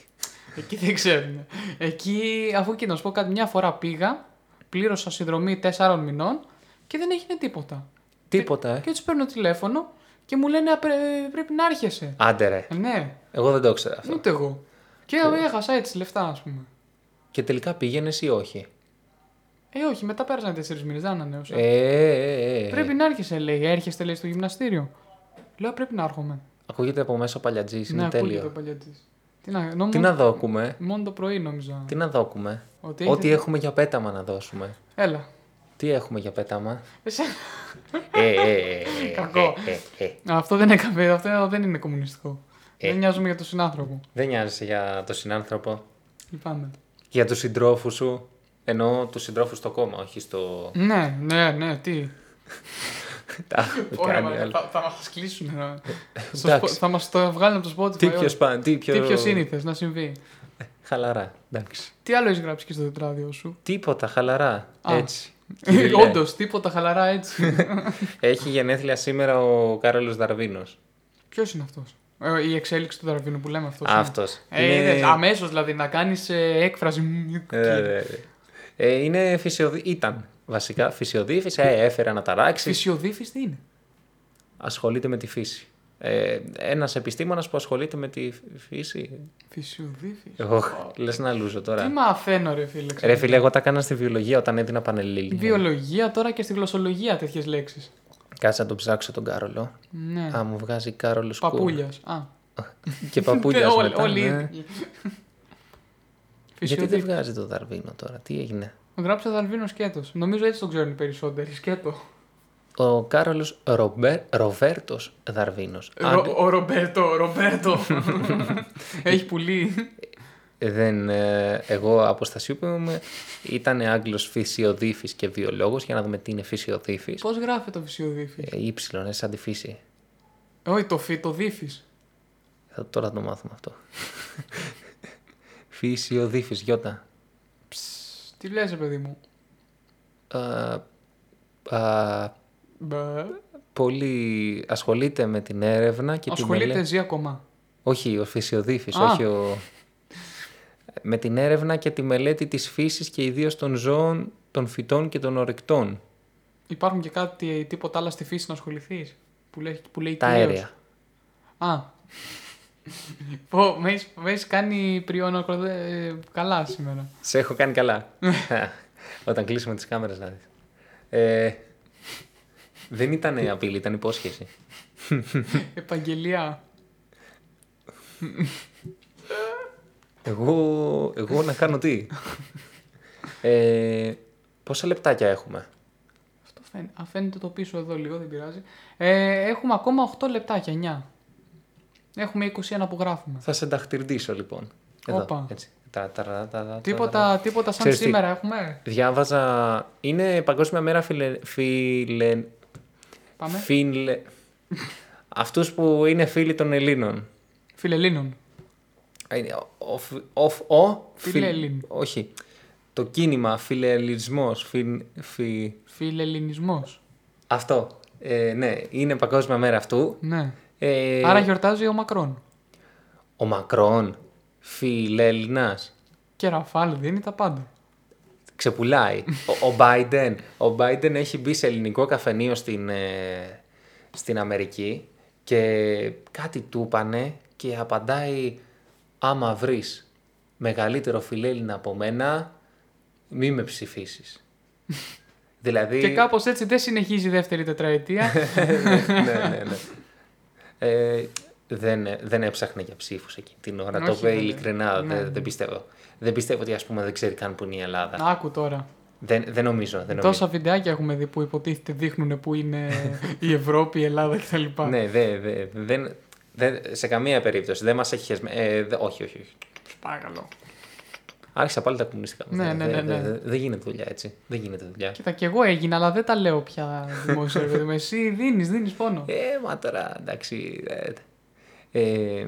Speaker 3: Εκεί δεν ξέρουν. Εκεί, αφού και να σου πω κάτι, μια φορά πήγα, πλήρωσα συνδρομή 4 μηνών και δεν έγινε τίποτα.
Speaker 2: Τίποτα, ε.
Speaker 3: Και του παίρνω τηλέφωνο και μου λένε «Α, πρέ- πρέπει να έρχεσαι.
Speaker 2: Άντε ρε.
Speaker 3: Ε, ναι,
Speaker 2: Εγώ δεν το ήξερα αυτό.
Speaker 3: ούτε εγώ. Και
Speaker 2: Ε.
Speaker 3: έχασα έτσι λεφτά, ας πούμε.
Speaker 2: Και τελικά πήγαινες ή όχι.
Speaker 3: Ε, όχι, μετά πέρασαν τέσσερις μήνες, δεν ανανέωσα.
Speaker 2: Ε, ε, ε, ε.
Speaker 3: Πρέπει να έρχεσαι, λέει. Έρχεστε, λέει, στο γυμναστήριο. Λέω, πρέπει να έρχομαι. Ναι,
Speaker 2: Ακούγεται από μέσα παλιατζής, είναι
Speaker 3: να
Speaker 2: τέλειο.
Speaker 3: το παλιά της. Τι να, νόμου...
Speaker 2: Τι να δόκουμε.
Speaker 3: Μόνο το πρωί νόμιζα.
Speaker 2: Τι να δόκουμε.
Speaker 3: Ότι
Speaker 2: Ό,τι
Speaker 3: έχετε-
Speaker 2: έχουμε για πέταμα να δώσουμε.
Speaker 3: Έλα.
Speaker 2: Τι έχουμε για πέταμα.
Speaker 3: Εσύ-
Speaker 2: ε, ε, ε, ε, ε,
Speaker 3: Κακό.
Speaker 2: ε, ε, ε.
Speaker 3: Αυτό δεν έκαμε, αυτό δεν είναι κομμουνιστικό.
Speaker 2: Ε.
Speaker 3: Δεν νοιάζουμε για τον συνάνθρωπο.
Speaker 2: Δεν νοιάζεσαι για τον συνάνθρωπο.
Speaker 3: Λυπάμαι.
Speaker 2: Για τους συντρόφους σου. Εννοώ τους συντρόφους στο κόμμα, όχι στο.
Speaker 3: Ναι, ναι, ναι, τι.
Speaker 2: Τα έχουμε
Speaker 3: Ωραία,
Speaker 2: κάνει
Speaker 3: μα,
Speaker 2: όλα.
Speaker 3: θα, θα μας κλείσουν. να- στο
Speaker 2: Ε, εντάξει.
Speaker 3: Spo- θα μας το βγάλουν από το Spotify.
Speaker 2: Τι
Speaker 3: όλα.
Speaker 2: πιο σπαν, τι πιο.
Speaker 3: τι πιο σύνηθες να συμβεί.
Speaker 2: Χαλαρά. Εντάξει.
Speaker 3: Τι άλλο έχεις γράψει και στο τετράδιό σου.
Speaker 2: Τίποτα, χαλαρά.
Speaker 3: Α. Ε,
Speaker 2: Έτσι. Κυριλέ.
Speaker 3: Όντως, τίποτα χαλαρά έτσι.
Speaker 2: Έχει γενέθλια σήμερα ο Κάρολος Δαρβίνος.
Speaker 3: Ποιος είναι αυτός. η εξέλιξη του Ταραβίνου που λέμε αυτός.
Speaker 2: Αυτός.
Speaker 3: Ε, είδες, αμέσως δηλαδή να κάνεις ε, έκφραση. μμμ,
Speaker 2: Ε, ε, ε, ε, είναι φυσιοδύ... Ήταν βασικά φυσιοδίφης, ε, έφερε να ταράξει,
Speaker 3: Φυσιοδίφης τι είναι.
Speaker 2: ασχολείται με τη φύση. Ε, ένας επιστήμονας που ασχολείται με τη φύση.
Speaker 3: Φυσιοδίφης.
Speaker 2: Εγώ, λες να λούζω
Speaker 3: Τι
Speaker 2: τώρα.
Speaker 3: μαθαίνω ρε φίλε.
Speaker 2: Ε, Ρε
Speaker 3: ξέρω.
Speaker 2: φίλε, εγώ τα έκανα στη βιολογία όταν έδινα
Speaker 3: Ναι.
Speaker 2: πανελλήλια.
Speaker 3: Βιολογία τώρα και στη γλωσσολογία τέτοιες λέξεις.
Speaker 2: Κάτσε να τον ψάξω τον Κάρολο.
Speaker 3: Ναι.
Speaker 2: Α, μου βγάζει Κάρολος Κούρ.
Speaker 3: Παπούλιας. Α.
Speaker 2: Και παπούλιας
Speaker 3: Όλοι-
Speaker 2: μετά,
Speaker 3: όλοι οι
Speaker 2: ναι.
Speaker 3: ίδιοι.
Speaker 2: Γιατί δεν
Speaker 3: Φυσιοδίφης.
Speaker 2: βγάζει το Δαρβίνο τώρα, τι έγινε.
Speaker 3: Γράψε Δαρβίνο σκέτος. Νομίζω έτσι τον ξέρουν οι περισσότεροι. Σκέτο.
Speaker 2: Ο Κάρολος Ρομπέρ... Ροβέρτος Δαρβίνος. Αν-
Speaker 3: Ρο- Ο Ρομπέρτο, ο Ρομπέρτο. Έχει πουλί.
Speaker 2: Δεν, ε, εγώ αποστασιοποιούμε. Ήταν Άγγλος φυσιοδίφης και βιολόγος. Για να δούμε τι είναι φυσιοδίφης.
Speaker 3: Πώς γράφεται το φυσιοδίφης.
Speaker 2: Ε, Ήψιλον, ε, σαν τη φύση.
Speaker 3: Ε, Όχι, το φι, το δίφης.
Speaker 2: Θα, τώρα θα το μάθουμε αυτό. φυσιοδίφης, γιώτα.
Speaker 3: Ψ, Τι λες, ρε παιδί μου.
Speaker 2: Α, α,
Speaker 3: Μπα.
Speaker 2: πολύ ασχολείται με την έρευνα και τη
Speaker 3: Ασχολείται
Speaker 2: μελέτη.
Speaker 3: ζει ακόμα.
Speaker 2: Όχι, ο φυσιοδίφης,
Speaker 3: Α.
Speaker 2: όχι ο... με την έρευνα και τη μελέτη της φύσης και ιδίως των ζώων, των φυτών και των ορεικτών.
Speaker 3: Υπάρχουν και κάτι, τίποτα άλλο στη φύση να ασχοληθείς. Που λέει, που λέει
Speaker 2: Τα
Speaker 3: κυρίως.
Speaker 2: αέρια.
Speaker 3: Α. Πω, μες έχεις- με έχεις κάνει πριόνο ε, καλά σήμερα.
Speaker 2: Σε έχω κάνει καλά. Όταν κλείσουμε τις κάμερες να δεις. Ε, δεν ήταν απειλή, ήταν υπόσχεση.
Speaker 3: Επαγγελία.
Speaker 2: Εγώ, εγώ να κάνω τι. Ε, πόσα λεπτάκια έχουμε.
Speaker 3: Αυτό φαίν- α, φαίνεται το πίσω εδώ λίγο, δεν πειράζει. Ε, έχουμε ακόμα 8 λεπτάκια, 9. Έχουμε 21 που γράφουμε.
Speaker 2: Θα σε ενταχτυρντήσω λοιπόν. Εδώ,
Speaker 3: Όπα.
Speaker 2: έτσι. Τα, τα, τα, τα, τα,
Speaker 3: Τίποτα, τίποτα σαν
Speaker 2: Ξέρεις τι.
Speaker 3: σήμερα έχουμε.
Speaker 2: Διάβαζα. Είναι Παγκόσμια Μέρα φιλε... φιλε...
Speaker 3: Πάμε.
Speaker 2: Φίλε... Αυτούς που είναι φίλοι των Ελλήνων.
Speaker 3: Φιλελλήνων.
Speaker 2: Ε, είναι ο- ο- φι- ο- ο- φιλ-
Speaker 3: Φιλέλλην.
Speaker 2: Όχι. Το κίνημα φιλελληνισμός. Φιλ... Φι...
Speaker 3: Φιλελληνισμός.
Speaker 2: Αυτό. Ε, ναι, είναι Παγκόσμια Μέρα αυτού.
Speaker 3: Ναι.
Speaker 2: Ε,
Speaker 3: Άρα γιορτάζει ο Μακρόν.
Speaker 2: Ο Μακρόν, φιλελληνάς,
Speaker 3: Και Ραφάλ δίνει τα πάντα.
Speaker 2: ξεπουλάει. ο, ο Biden, ο Biden έχει μπει σε ελληνικό καφενείο στην, ε, στην Αμερική και κάτι του είπανε και απαντάει άμα βρεις μεγαλύτερο φιλέλληνα από μένα, μη με ψηφίσεις. δηλαδή...
Speaker 3: Και κάπως έτσι δεν συνεχίζει η δεύτερη τετραετία.
Speaker 2: ναι, ναι, ναι. Ε, δεν, δεν έψαχνε για ψήφους εκείνη την ώρα. το
Speaker 3: Όχι,
Speaker 2: βέβαια
Speaker 3: ναι.
Speaker 2: ειλικρινά
Speaker 3: Ναι,
Speaker 2: δεν, δεν πιστεύω. Δεν πιστεύω ότι ας πούμε δεν ξέρει καν που είναι η Ελλάδα.
Speaker 3: Άκου τώρα.
Speaker 2: Δεν, δεν νομίζω. Δεν νομίζω.
Speaker 3: Τόσα βιντεάκια έχουμε δει που υποτίθεται δείχνουν που είναι η Ευρώπη, η Ελλάδα κτλ.
Speaker 2: Ναι, δεν- δεν- δεν- δεν- σε καμία περίπτωση. Δεν μας έχει. χεσμέ- Ε, δε- όχι, όχι, όχι.
Speaker 3: Παρακαλώ.
Speaker 2: Άρχισα πάλι τα κομμουνιστικά.
Speaker 3: Ναι,
Speaker 2: Δεν-
Speaker 3: ναι,
Speaker 2: δεν-
Speaker 3: ναι, ναι.
Speaker 2: δεν- Δεν γίνεται δουλειά έτσι. Δεν γίνεται δουλειά.
Speaker 3: Κοίτα, και εγώ έγινα, αλλά δεν τα λέω πια δημόσια. ρε παιδί μου. Εσύ δίνεις, δίνεις πόνο.
Speaker 2: Ε, μα τώρα εντάξει. ε, ε,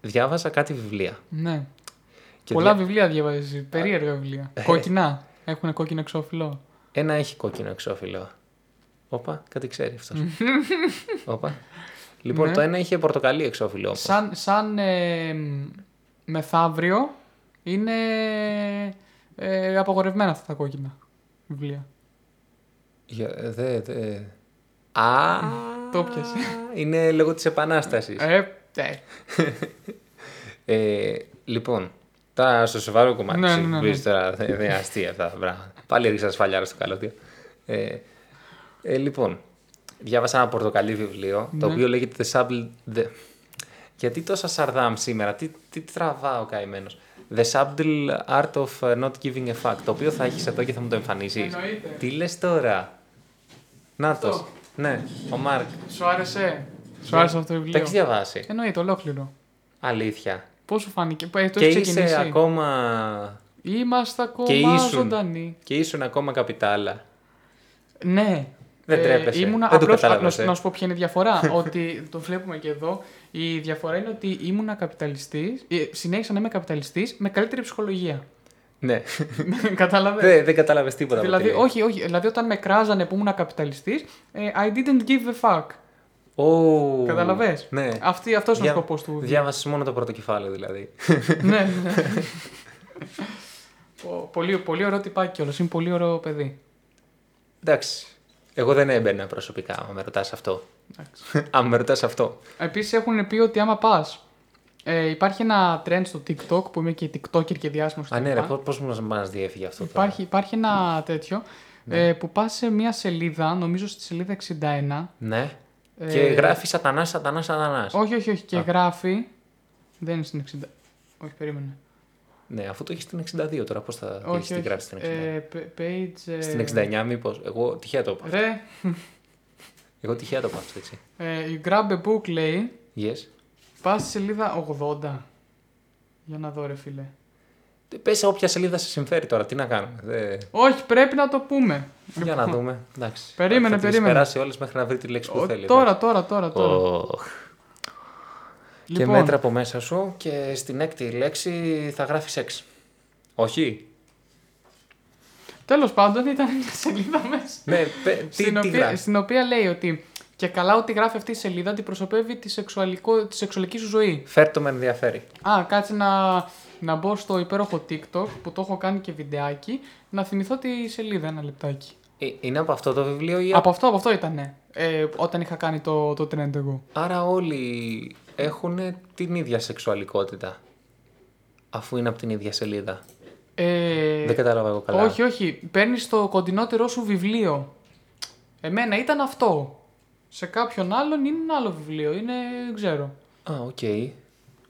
Speaker 2: διάβασα κάτι βιβλία.
Speaker 3: ναι.
Speaker 2: Και Ε,
Speaker 3: Πολλά
Speaker 2: δια-
Speaker 3: βιβλία διαβάζεις. Περίεργα βιβλία. Κόκκινα. Έχουν κόκκινο εξώφυλλο.
Speaker 2: Ένα έχει κόκκινο εξώφυλλο. Όπα, κάτι ξέρει αυτό. Όπα. Λοιπόν,
Speaker 3: Ναι.
Speaker 2: το ένα είχε πορτοκαλί εξώφυλλο. όμως.
Speaker 3: Σαν, σαν ε, μ, μεθαύριο είναι ε, απαγορευμένα αυτά τα κόκκινα βιβλία.
Speaker 2: Για- Δε, δε. Α,
Speaker 3: Το πιασε.
Speaker 2: Είναι λόγω της επανάστασης.
Speaker 3: Ε, ε,
Speaker 2: Ε, λοιπόν, τώρα στο σοβαρό κομμάτι. Ναι,
Speaker 3: Ναι, ναι, ναι, ναι.
Speaker 2: τώρα, δεν δεν είναι αστεία αυτά τα πράγματα. Πάλι ρίξα ασφαλιάρα στο καλώδιο. Ε, ε, λοιπόν, διάβασα ένα πορτοκαλί βιβλίο, το
Speaker 3: Ναι.
Speaker 2: οποίο λέγεται The Subtle... The... Γιατί τόσα σαρδάμ σήμερα, τι, τι τραβάω καημένος. The Subtle Art of Not Giving a Fuck, το οποίο θα έχεις εδώ και θα μου το εμφανίσεις.
Speaker 3: Εννοείται.
Speaker 2: Τι λες τώρα. Νάτος.
Speaker 3: Αυτό.
Speaker 2: Ναι, ο Μάρκ.
Speaker 3: σου άρεσε. Σου άρεσε αυτό το
Speaker 2: Το έχεις
Speaker 3: βιβλίο.
Speaker 2: διαβάσει.
Speaker 3: Εννοείται, ολόκληρο.
Speaker 2: Αλήθεια.
Speaker 3: Πώς σου φάνηκε, ε, το
Speaker 2: και
Speaker 3: έχει
Speaker 2: είσαι
Speaker 3: ξεκινήσει.
Speaker 2: ακόμα
Speaker 3: Είμαστε ακόμα
Speaker 2: Και ήσουν.
Speaker 3: ζωντανοί.
Speaker 2: Και ήσουν ακόμα καπιτάλα.
Speaker 3: Ναι.
Speaker 2: Δεν τρέπεσαι.
Speaker 3: Ήμουν
Speaker 2: Δεν το
Speaker 3: απλώς,
Speaker 2: κατάλαβες,
Speaker 3: απλώς
Speaker 2: ε.
Speaker 3: να σου πω ποια είναι η διαφορά. ότι το βλέπουμε και εδώ. Η διαφορά είναι ότι ήμουνα καπιταλιστής. Συνέχισα να είμαι καπιταλιστής με καλύτερη ψυχολογία.
Speaker 2: Ναι.
Speaker 3: Κατάλαβες.
Speaker 2: δεν δεν κατάλαβες τίποτα. από
Speaker 3: δηλαδή,
Speaker 2: τη λέει.
Speaker 3: όχι, όχι. Δηλαδή, όταν με κράζανε που ήμουν καπιταλιστή, I didn't give a fuck.
Speaker 2: Ω,
Speaker 3: Καταλαβες.
Speaker 2: Ναι.
Speaker 3: Αυτή, αυτός είναι ο
Speaker 2: Δια-
Speaker 3: σκοπός του.
Speaker 2: Διάβασες μόνο το πρώτο κεφάλαιο δηλαδή.
Speaker 3: ναι, ναι. Ω, πολύ, πολύ ωραίο τυπάκι κιόλας. Είναι πολύ ωραίο παιδί.
Speaker 2: Εντάξει. Εγώ δεν έμπαινα προσωπικά, άμα με ρωτάς αυτό.
Speaker 3: Εντάξει.
Speaker 2: άμα με ρωτάς αυτό.
Speaker 3: Επίσης έχουν πει ότι άμα πας. Ε, υπάρχει ένα trend στο TikTok που είμαι και TikToker και διάσημος.
Speaker 2: Α, ναι, ρε, πώς μα διέφυγε αυτό τώρα.
Speaker 3: Υπάρχει, υπάρχει
Speaker 2: Ναι.
Speaker 3: ένα τέτοιο ε, που πας σε μία σελίδα, νομίζω στη σελίδα 61.
Speaker 2: Ναι.
Speaker 3: Ε,
Speaker 2: Και γράφεις σατανάς, σατανάς, σατανάς.
Speaker 3: Όχι, όχι, όχι. Και γράφει. Δεν είναι στην 60. Όχι, περίμενε.
Speaker 2: Ναι, αφού το έχεις στην 62 τώρα, πώς θα
Speaker 3: Όχι,
Speaker 2: έχεις την
Speaker 3: όχι.
Speaker 2: γράψει στην 69.
Speaker 3: Ε, p- page. ε,
Speaker 2: Στην 69, μήπως. Εγώ τυχαία το είπα.
Speaker 3: Ρε,
Speaker 2: Εγώ τυχαία το είπα αυτό, έτσι.
Speaker 3: ε, you grab a book λέει.
Speaker 2: Yes.
Speaker 3: Πας στη σελίδα 80. Για να δω, ρε φίλε.
Speaker 2: Πε όποια σελίδα σε συμφέρει τώρα, τι να κάνουμε. Δεν-
Speaker 3: Όχι, πρέπει να το πούμε.
Speaker 2: Για να δούμε. Εντάξει.
Speaker 3: Λοιπόν, Περίμενε,
Speaker 2: θα τις
Speaker 3: περίμενε.
Speaker 2: περάσει όλες μέχρι να βρει τη λέξη που
Speaker 3: Ο-
Speaker 2: θέλει.
Speaker 3: τώρα, τώρα, τώρα,
Speaker 2: εντάξει.
Speaker 3: τώρα. Λοιπόν,
Speaker 2: Οχ. Και μέτρα από μέσα σου και στην έκτη λέξη θα γράφεις σεξ. Όχι.
Speaker 3: Τέλος πάντων, ήταν μια σελίδα μέσα.
Speaker 2: Ναι, πε- τι,
Speaker 3: στην,
Speaker 2: τι
Speaker 3: οποία,
Speaker 2: γράφεις.
Speaker 3: στην οποία λέει ότι Και καλά ότι γράφει αυτή η σελίδα αντιπροσωπεύει τη, σεξουαλικό, τη σεξουαλική σου ζωή.
Speaker 2: Φέρ το με ενδιαφέρει.
Speaker 3: Α, κάτσε να, να μπω στο υπέροχο TikTok που το έχω κάνει και βιντεάκι. Να θυμηθώ τη σελίδα ένα λεπτάκι.
Speaker 2: Ε, Είναι από αυτό το βιβλίο ή από...
Speaker 3: Από αυτό, από αυτό ήτανε. Ε, όταν είχα κάνει το, το trend εγώ.
Speaker 2: Άρα όλοι έχουν την ίδια σεξουαλικότητα. Αφού είναι από την ίδια σελίδα.
Speaker 3: Ε,
Speaker 2: Δεν κατάλαβα εγώ καλά.
Speaker 3: όχι, όχι. Παίρνεις το κοντινότερό σου βιβλίο. Εμένα ήταν αυτό. Σε κάποιον άλλον είναι ένα άλλο βιβλίο. Είναι, δεν ξέρω.
Speaker 2: Α, οκ.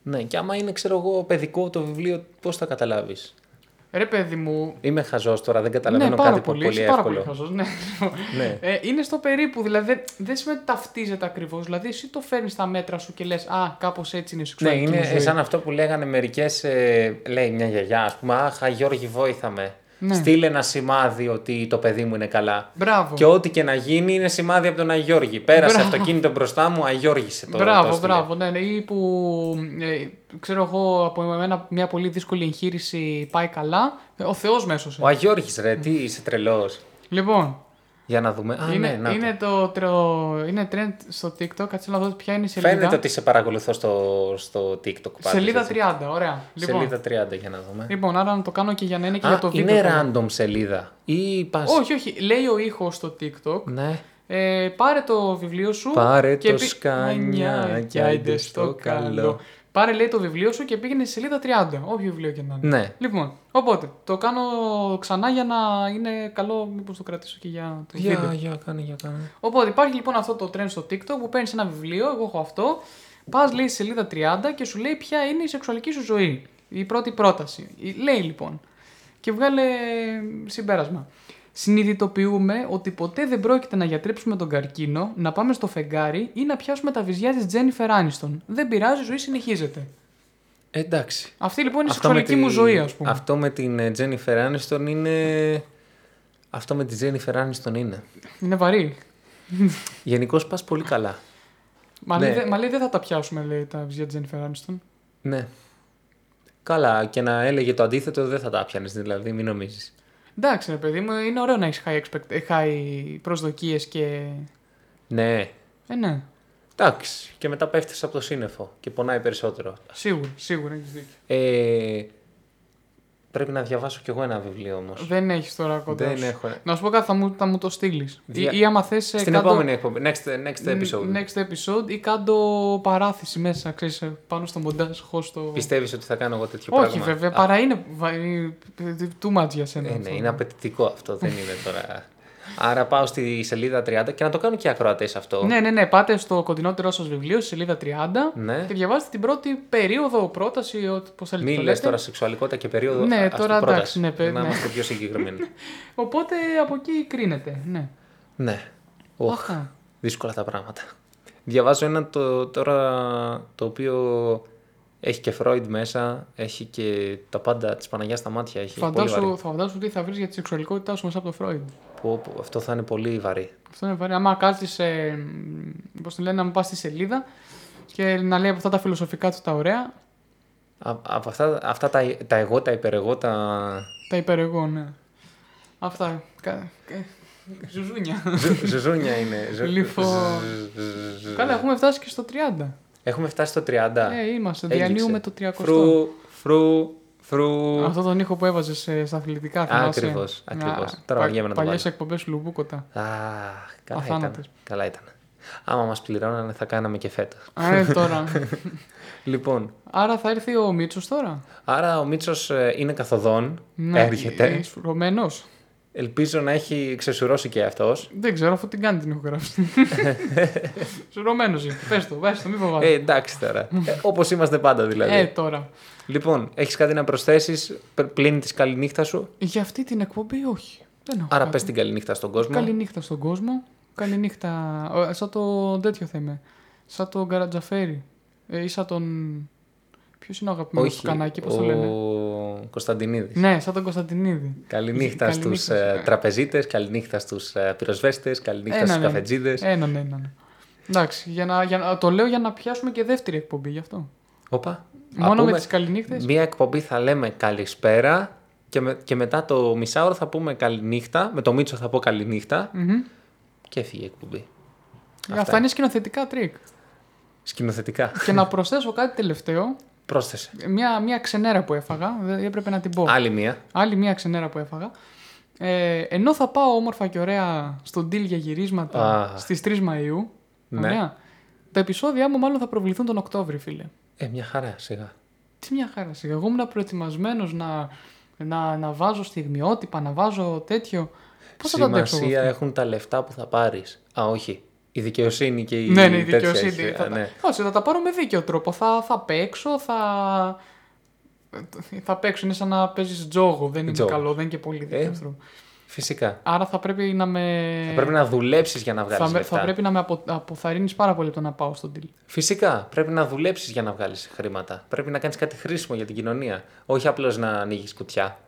Speaker 2: Ναι, και άμα είναι, ξέρω εγώ, παιδικό το βιβλίο, πώς θα καταλάβεις.
Speaker 3: Ρε παιδί μου.
Speaker 2: Είμαι χαζός τώρα, δεν καταλαβαίνω
Speaker 3: ναι, πάρα
Speaker 2: κάτι
Speaker 3: πολύ,
Speaker 2: πολύ, πολύ
Speaker 3: είσαι πάρα πολύ
Speaker 2: εύκολο.
Speaker 3: χαζός, ναι.
Speaker 2: Ναι.
Speaker 3: Ε, είναι στο περίπου, δηλαδή δεν- δεν σημαίνει ότι ταυτίζεται ακριβώς. Δηλαδή εσύ το φέρνεις στα μέτρα σου και λες, Α, κάπως έτσι είναι η
Speaker 2: ναι,
Speaker 3: σεξουαλική μου
Speaker 2: είναι
Speaker 3: ζωή.
Speaker 2: σαν αυτό που λέγανε μερικές. λέει μια γιαγιά, ας πούμε, Αχ, Γιώργη, βόηθα με.
Speaker 3: Ναι.
Speaker 2: Στείλε ένα σημάδι ότι το παιδί μου είναι καλά.
Speaker 3: Μπράβο.
Speaker 2: Και ό,τι και να γίνει είναι σημάδι από τον Αγιώργη. Πέρασε
Speaker 3: Μπράβο.
Speaker 2: αυτοκίνητο μπροστά μου, Αγιώργησε το. το
Speaker 3: Μπράβο,
Speaker 2: έστειλε.
Speaker 3: μπράβο, ναι, ναι. Ή που ε, ξέρω εγώ από εμένα μια πολύ δύσκολη εγχείρηση πάει καλά. ε, Ο Θεός μέσωσε.
Speaker 2: Ο Αγιώργης, ρε, τι είσαι τρελός.
Speaker 3: Λοιπόν,
Speaker 2: Για να δούμε. Α,
Speaker 3: είναι,
Speaker 2: ναι, να το.
Speaker 3: είναι, το, τρο, είναι trend στο TikTok. Κάτσε να δω ποια είναι η σελίδα.
Speaker 2: Φαίνεται ότι σε παρακολουθώ στο, στο TikTok πάντως,
Speaker 3: Σελίδα
Speaker 2: έτσι.
Speaker 3: 30, ωραία. Λοιπόν,
Speaker 2: Σελίδα 30, για να δούμε.
Speaker 3: λοιπόν, άρα να το κάνω και για να είναι και
Speaker 2: Α,
Speaker 3: για το βίντεο.
Speaker 2: είναι
Speaker 3: που-
Speaker 2: random σελίδα. Ή πας...
Speaker 3: Όχι, όχι. Λέει ο ήχος στο TikTok.
Speaker 2: Ναι.
Speaker 3: Ε, πάρε το βιβλίο σου.
Speaker 2: Πάρε το
Speaker 3: πη-
Speaker 2: σκανιά και άιντε στο καλό.
Speaker 3: Πάρε λέει το βιβλίο σου και πήγαινε στη σελίδα 30. Όποιο βιβλίο και να είναι.
Speaker 2: Ναι.
Speaker 3: Λοιπόν, οπότε το κάνω ξανά για να είναι καλό. Μήπως το κρατήσω και για το βίντεο.
Speaker 2: Για, για, κάνε, για, κάνε.
Speaker 3: Οπότε υπάρχει λοιπόν αυτό το trend στο TikTok που παίρνεις ένα βιβλίο. Εγώ έχω αυτό. Πας λέει στη σελίδα 30 και σου λέει ποια είναι η σεξουαλική σου ζωή. Η πρώτη πρόταση. Η- Λέει λοιπόν. Και βγάλε συμπέρασμα. Συνειδητοποιούμε ότι ποτέ δεν πρόκειται να γιατρέψουμε τον καρκίνο, να πάμε στο φεγγάρι ή να πιάσουμε τα βυζιά της Τζένιφερ Άνιστον. Δεν πειράζει, η ζωή συνεχίζεται.
Speaker 2: Εντάξει.
Speaker 3: Αυτή λοιπόν είναι η
Speaker 2: με
Speaker 3: σεξουαλική
Speaker 2: τη-
Speaker 3: μου ζωή, ας πούμε.
Speaker 2: Αυτό με την ε, Jennifer Aniston είναι... Αυτό με τη Jennifer Aniston είναι.
Speaker 3: Είναι βαρύ.
Speaker 2: Γενικώς πας πολύ καλά.
Speaker 3: Μα,
Speaker 2: Ναι.
Speaker 3: λέει, δε- μα λέει δεν θα τα πιάσουμε, λέει τα βυζιά της Τζένιφερ Άνιστον.
Speaker 2: Ναι. Καλά, και να έλεγε το αντίθετο δεν θα τα πιάνεις, δηλαδή, μην νομίζεις.
Speaker 3: Εντάξει, ρε παιδί μου, είναι ωραίο να έχεις high, expect... high προσδοκίες και.
Speaker 2: Ναι.
Speaker 3: Ε, ναι,
Speaker 2: Εντάξει. Και μετά πέφτεις από το σύννεφο και πονάει περισσότερο.
Speaker 3: σίγουρα, σίγουρα έχεις δίκιο.
Speaker 2: Ε, πρέπει να διαβάσω κι εγώ ένα βιβλίο όμως.
Speaker 3: Δεν έχεις τώρα κοντά.
Speaker 2: Δεν
Speaker 3: σου.
Speaker 2: έχω, ναι.
Speaker 3: Να σου πω κάτι, θα μου, θα μου το στείλεις.
Speaker 2: Δια-
Speaker 3: Ή, ή άμα θες.
Speaker 2: Στην επόμενη εκπομπή. Next, next episode.
Speaker 3: Ε, Next episode ή κάτω παράθεση μέσα, ξέρεις, ε, πάνω στο μοντάζ, χώστο.
Speaker 2: Πιστεύεις ότι θα κάνω εγώ τέτοιο
Speaker 3: Όχι,
Speaker 2: πράγμα.
Speaker 3: βέβαια,
Speaker 2: Α,
Speaker 3: παρά είναι βα- ε, too much για σένα.
Speaker 2: ε, ναι,
Speaker 3: αυτό.
Speaker 2: είναι απαιτητικό αυτό. Δεν είναι τώρα. Άρα πάω στη σελίδα 30 και να το κάνουν και οι ακροατές αυτό.
Speaker 3: Ναι, ναι, ναι. Πάτε στο κοντινότερό σα βιβλίο, στη σελίδα 30
Speaker 2: Ναι.
Speaker 3: και διαβάζετε την πρώτη περίοδο, πρόταση, ό,τι πώς θέλετε.
Speaker 2: Μην
Speaker 3: το
Speaker 2: λες
Speaker 3: λέτε.
Speaker 2: τώρα σεξουαλικότητα και περίοδο.
Speaker 3: Ναι,
Speaker 2: ας το
Speaker 3: τώρα
Speaker 2: πρόταση,
Speaker 3: εντάξει, ναι, παι-
Speaker 2: Να
Speaker 3: ναι.
Speaker 2: είμαστε πιο συγκεκριμένοι.
Speaker 3: Οπότε από εκεί κρίνεται. Ναι.
Speaker 2: ναι. Οχ,
Speaker 3: Αχα.
Speaker 2: δύσκολα τα πράγματα. Διαβάζω ένα το, τώρα το οποίο έχει και Freud μέσα, έχει και τα πάντα της Παναγιάς στα μάτια. Έχει πολύ βαρύ.
Speaker 3: Φαντάσου, θα φαντάσου τι θα βρεις για τη σεξουαλικότητά σου μέσα από το Φρόιντ.
Speaker 2: Πω, πω, αυτό θα είναι πολύ βαρύ.
Speaker 3: Αυτό είναι βαρύ. Άμα κάτσει σε. Πώς το λένε, να πας στη σελίδα και να λέει από αυτά τα φιλοσοφικά του τα ωραία,
Speaker 2: Α- από αυτά, αυτά τα, τα εγώ, τα υπερεγώ, τα
Speaker 3: τα υπερεγώ, ναι. Αυτά. Κα... κα- Ζουζούνια.
Speaker 2: ζου- ζουζούνια είναι. Ζου-
Speaker 3: Λοιπόν.
Speaker 2: ζου- ζου- ζου-
Speaker 3: Καλά, έχουμε φτάσει και στο 30.
Speaker 2: Έχουμε φτάσει στο 30.
Speaker 3: Ε, είμαστε.
Speaker 2: Έληξε.
Speaker 3: Διανύουμε το 300.
Speaker 2: Φρου, φρου, φρου.
Speaker 3: Αυτό τον ήχο που έβαζες ε, στα αθλητικά. θυμάσαι.
Speaker 2: ακριβώς,
Speaker 3: Να-
Speaker 2: ακριβώς. Τώρα
Speaker 3: πα-
Speaker 2: βαριέμαι να το
Speaker 3: παλιές
Speaker 2: βάλω.
Speaker 3: εκπομπές του Λουμπούκοτα.
Speaker 2: Αχ, καλά
Speaker 3: Αθάνατος.
Speaker 2: ήταν. Καλά ήταν. Άμα μας πληρώνανε θα κάναμε και φέτα.
Speaker 3: Α, ε, τώρα.
Speaker 2: Λοιπόν,
Speaker 3: Άρα θα έρθει ο Μίτσος τώρα.
Speaker 2: άρα ο Μίτσος ε, είναι καθοδόν,
Speaker 3: Ναι,
Speaker 2: έρχεται.
Speaker 3: Ρωμένος.
Speaker 2: Ελπίζω να έχει ξεσουρώσει και αυτός.
Speaker 3: Δεν ξέρω, αφού την κάνει την έχω γράψει. Σουρωμένος είναι. Πες το, βάζεις το, μην φοβάσαι.
Speaker 2: Ε, εντάξει τώρα. Ε, όπως είμαστε πάντα δηλαδή.
Speaker 3: Ε, τώρα.
Speaker 2: Λοιπόν, έχεις κάτι να προσθέσεις, πε- πλύνει της καληνύχτα σου.
Speaker 3: Για αυτή την εκπομπή, όχι. Δεν έχω.
Speaker 2: Άρα
Speaker 3: κάτι.
Speaker 2: πες την καληνύχτα στον κόσμο.
Speaker 3: Καληνύχτα στον κόσμο. Καληνύχτα. Ε, Σαν το τέτοιο θα είμαι. Σαν τον Καρατζαφέρη. Ε, ή σαν τον. Ποιος είναι ο αγαπημένος του κανάκι, πώς το λένε.
Speaker 2: Ο Κωνσταντινίδης.
Speaker 3: Ναι, σαν τον Κωνσταντινίδη.
Speaker 2: Καληνύχτα
Speaker 3: Καληνύχτα
Speaker 2: στους
Speaker 3: στους,
Speaker 2: ε,
Speaker 3: ε,
Speaker 2: τραπεζίτες, καληνύχτα στους ε, πυροσβέστες, καληνύχτα στους
Speaker 3: Έναν,
Speaker 2: καφετζίδες.
Speaker 3: Έναν, έναν. Εντάξει, για να, για να, το λέω για να πιάσουμε και δεύτερη εκπομπή γι' αυτό.
Speaker 2: Όπα.
Speaker 3: Μόνο
Speaker 2: Ακούμε.
Speaker 3: με τις καληνύχτες.
Speaker 2: Μία εκπομπή θα λέμε καλησπέρα και, με- και μετά το μισάωρο θα πούμε καληνύχτα, με το Μίτσο θα πω καληνύχτα και έφυγε η εκπομπή.
Speaker 3: Αυτά, είναι σκηνοθετικά τρίκ.
Speaker 2: Σκηνοθετικά.
Speaker 3: και να προσθέσω κάτι τελευταίο.
Speaker 2: Πρόσθεσε.
Speaker 3: Μια, μια ξενέρα που έφαγα, δεν έπρεπε να την πω.
Speaker 2: Άλλη μία.
Speaker 3: Άλλη μια ξενέρα που έφαγα. Ε, ενώ θα πάω όμορφα και ωραία στον deal για γυρίσματα
Speaker 2: Α.
Speaker 3: στις 3 Μαΐου.
Speaker 2: Ναι.
Speaker 3: Ωραία. Τα επεισόδια μου μάλλον θα προβληθούν τον Οκτώβρη, φίλε.
Speaker 2: Ε, μια χαρά, σιγά.
Speaker 3: Τι μια χαρά σιγά. Εγώ ήμουν προετοιμασμένος να, να, να βάζω στιγμιότυπα, να βάζω τέτοιο. Πώς θα το αντέξω εγώ
Speaker 2: Σημασία
Speaker 3: αυτό?
Speaker 2: έχουν τα λεφτά που θα πάρεις. Α, όχι. Η δικαιοσύνη και η.
Speaker 3: Ναι, ναι, η
Speaker 2: τέτοια
Speaker 3: δικαιοσύνη.
Speaker 2: έχει,
Speaker 3: Θα...
Speaker 2: α, ναι.
Speaker 3: τα- Όχι, θα τα πάρω με δίκαιο τρόπο. Θα, θα παίξω, θα. Θα παίξω. Είναι σαν να παίζεις τζόγο. Δεν είναι
Speaker 2: Τζόγο. Ε.
Speaker 3: καλό, δεν είναι και πολύ δίκαιο τρόπο.
Speaker 2: Φυσικά.
Speaker 3: Άρα θα πρέπει να με.
Speaker 2: Θα πρέπει να δουλέψεις για να βγάλει
Speaker 3: Ε, θα, με-
Speaker 2: λεφτά.
Speaker 3: θα πρέπει να με απο, αποθαρρύνεις πάρα πολύ από το να πάω στον deal.
Speaker 2: Φυσικά. Πρέπει να δουλέψεις για να βγάλεις χρήματα. Πρέπει να κάνεις κάτι χρήσιμο για την κοινωνία. Όχι απλώς να ανοίγεις κουτιά.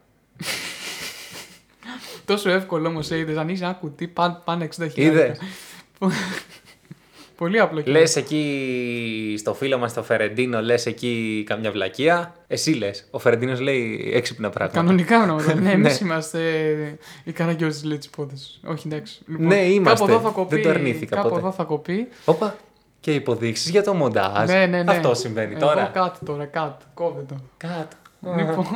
Speaker 3: Τόσο εύκολο ε, όμως είδες. Ανοίγεις ένα κουτί, πάνε, πάνε 60 χιλιάδε.
Speaker 2: Είδες.
Speaker 3: πολύ απλό.
Speaker 2: Λες εκεί στο φίλο μας, στο Φερεντίνο, λες εκεί καμιά βλακεία. Εσύ λες. Ο Φερεντίνος λέει έξυπνα πράγματα.
Speaker 3: Κανονικά πράγματα. ναι, εμείς
Speaker 2: Ναι.
Speaker 3: είμαστε οι καραγκιόζες λέει τη υπόθεση. Όχι, εντάξει. Λοιπόν,
Speaker 2: Ναι, είμαστε.
Speaker 3: Κάπου εδώ θα
Speaker 2: Δεν
Speaker 3: κοπεί.
Speaker 2: το αρνήθηκα
Speaker 3: κάπου
Speaker 2: ποτέ.
Speaker 3: εδώ θα κοπεί.
Speaker 2: Όπα. Και υποδείξεις για το μοντάζ.
Speaker 3: Ναι, ναι, ναι.
Speaker 2: Αυτό συμβαίνει
Speaker 3: Εγώ
Speaker 2: τώρα.
Speaker 3: Κάτι τώρα, κάτι. Κόβε το.
Speaker 2: Κάτω.
Speaker 3: Λοιπόν,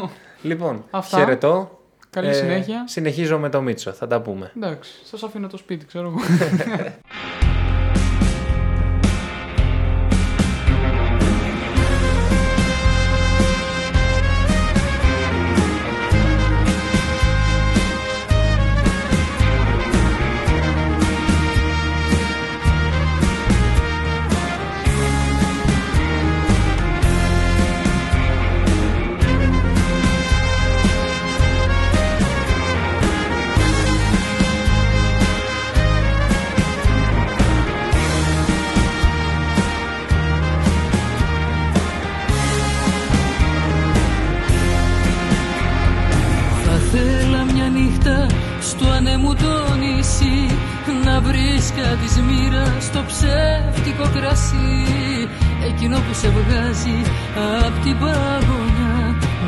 Speaker 2: Λοιπόν,
Speaker 3: Αυτά.
Speaker 2: χαιρετώ. Ε,
Speaker 3: Καλή συνέχεια.
Speaker 2: Συνεχίζω με το Μίτσο, θα τα πούμε.
Speaker 3: εντάξει, σας αφήνω το σπίτι, ξέρω εγώ.
Speaker 4: Θα θέλα μια νύχτα στο ανέμου το νησί Να βρίσκα τη μοίρα στο ψεύτικο κρασί Εκείνο που σε βγάζει απ' την παγωνιά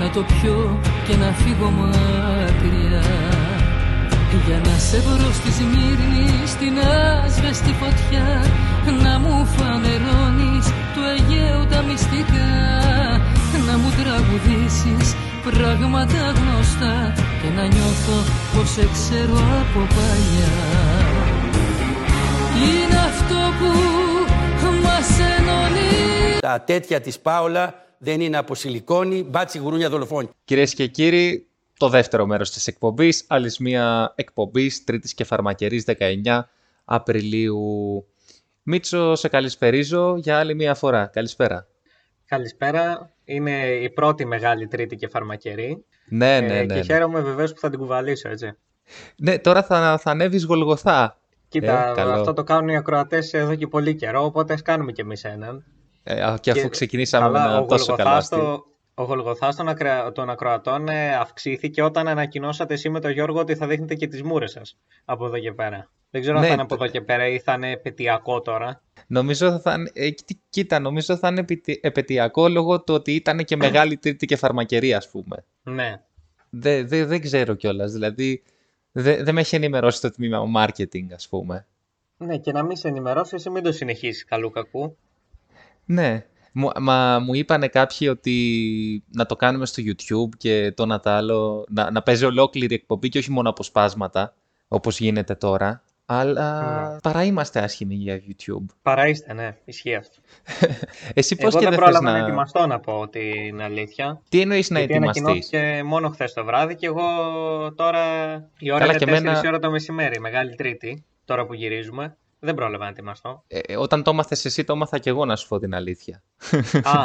Speaker 4: Να το πιω και να φύγω μακριά για να σε βρω στη Σμύρνη, στην άσβεστη φωτιά Να μου φανερώνεις του Αιγαίου τα μυστικά Να μου τραγουδήσεις πράγματα γνωστά Και να νιώθω πως σε ξέρω από παλιά Είναι αυτό που μας ενώνει
Speaker 5: Τα τέτοια της Πάολα δεν είναι από σιλικόνη, μπάτσι γουρούνια δολοφόνη.
Speaker 2: Κυρίες και κύριοι, το δεύτερο μέρος της εκπομπής, άλλη μια εκπομπής Τρίτης και Φαρμακερής 19 Απριλίου. Μίτσο, σε καλησπερίζω για άλλη μια φορά. Καλησπέρα.
Speaker 6: Καλησπέρα. Είναι η πρώτη μεγάλη τρίτη και φαρμακερή.
Speaker 2: Ναι,
Speaker 6: Ε,
Speaker 2: ναι, ναι.
Speaker 6: και
Speaker 2: ναι.
Speaker 6: χαίρομαι βεβαίως που θα την κουβαλήσω, έτσι.
Speaker 2: Ναι, τώρα θα, θα ανέβεις γολγοθά.
Speaker 6: Κοίτα,
Speaker 2: Ε, καλό.
Speaker 6: αυτό το κάνουν οι ακροατές εδώ και πολύ καιρό, οπότε ας κάνουμε κι εμείς έναν.
Speaker 2: Ε, α, και αφού
Speaker 6: Και-
Speaker 2: ξεκινήσαμε με
Speaker 6: Καλά,
Speaker 2: ένα
Speaker 6: ο
Speaker 2: τόσο καλά
Speaker 6: γολγοθάς
Speaker 2: αστείο.
Speaker 6: το- Ο γολγοθάς των, ακρα- των ακροατών ε, αυξήθηκε όταν ανακοινώσατε εσύ με τον Γιώργο ότι θα δείχνετε και τις μούρες σας από εδώ και πέρα. Δεν ξέρω
Speaker 2: Ναι,
Speaker 6: αν θα είναι
Speaker 2: το-
Speaker 6: από εδώ και πέρα ή θα είναι πετειακό τώρα.
Speaker 2: Νομίζω θα είναι, ε, κοίτα- κοίτα, νομίζω θα είναι επιτι- επαιτειακό λόγω του ότι ήταν και μεγάλη τρίτη και φαρμακερία, ας πούμε.
Speaker 6: Ναι.
Speaker 2: Δε, δε, δεν ξέρω κιόλας. Δηλαδή, δε- δεν με έχει ενημερώσει το τμήμα marketing, ας πούμε.
Speaker 6: Ναι, και να μην σε ενημερώσεις, εσύ μην το συνεχίσεις καλού κακού.
Speaker 2: Ναι. Μου, μα μου είπανε κάποιοι ότι να το κάνουμε στο YouTube και το να τα άλλο. Να, να παίζει ολόκληρη εκπομπή και όχι μόνο αποσπάσματα, όπως γίνεται τώρα. Αλλά
Speaker 6: Ναι.
Speaker 2: παρά είμαστε άσχημοι για YouTube.
Speaker 6: Παρά είστε, ναι, ισχύει αυτό.
Speaker 2: Εσύ πώς
Speaker 6: Εγώ
Speaker 2: και
Speaker 6: δεν
Speaker 2: δεν θες
Speaker 6: πρόλαβα να...
Speaker 2: να.
Speaker 6: ετοιμαστώ να πω την αλήθεια.
Speaker 2: Τι εννοείς να
Speaker 6: γιατί
Speaker 2: ετοιμαστείς.
Speaker 6: ανακοινώθηκε μόνο χθες το βράδυ και εγώ τώρα η ώρα
Speaker 2: Καλά,
Speaker 6: είναι
Speaker 2: και
Speaker 6: 4
Speaker 2: εμένα-
Speaker 6: η ώρα το μεσημέρι, μεγάλη Τρίτη, τώρα που γυρίζουμε. Δεν πρόλαβα να ετοιμαστώ.
Speaker 2: Ε, όταν το έμαθες εσύ, το έμαθα κι εγώ να σου πω την αλήθεια.
Speaker 6: Α,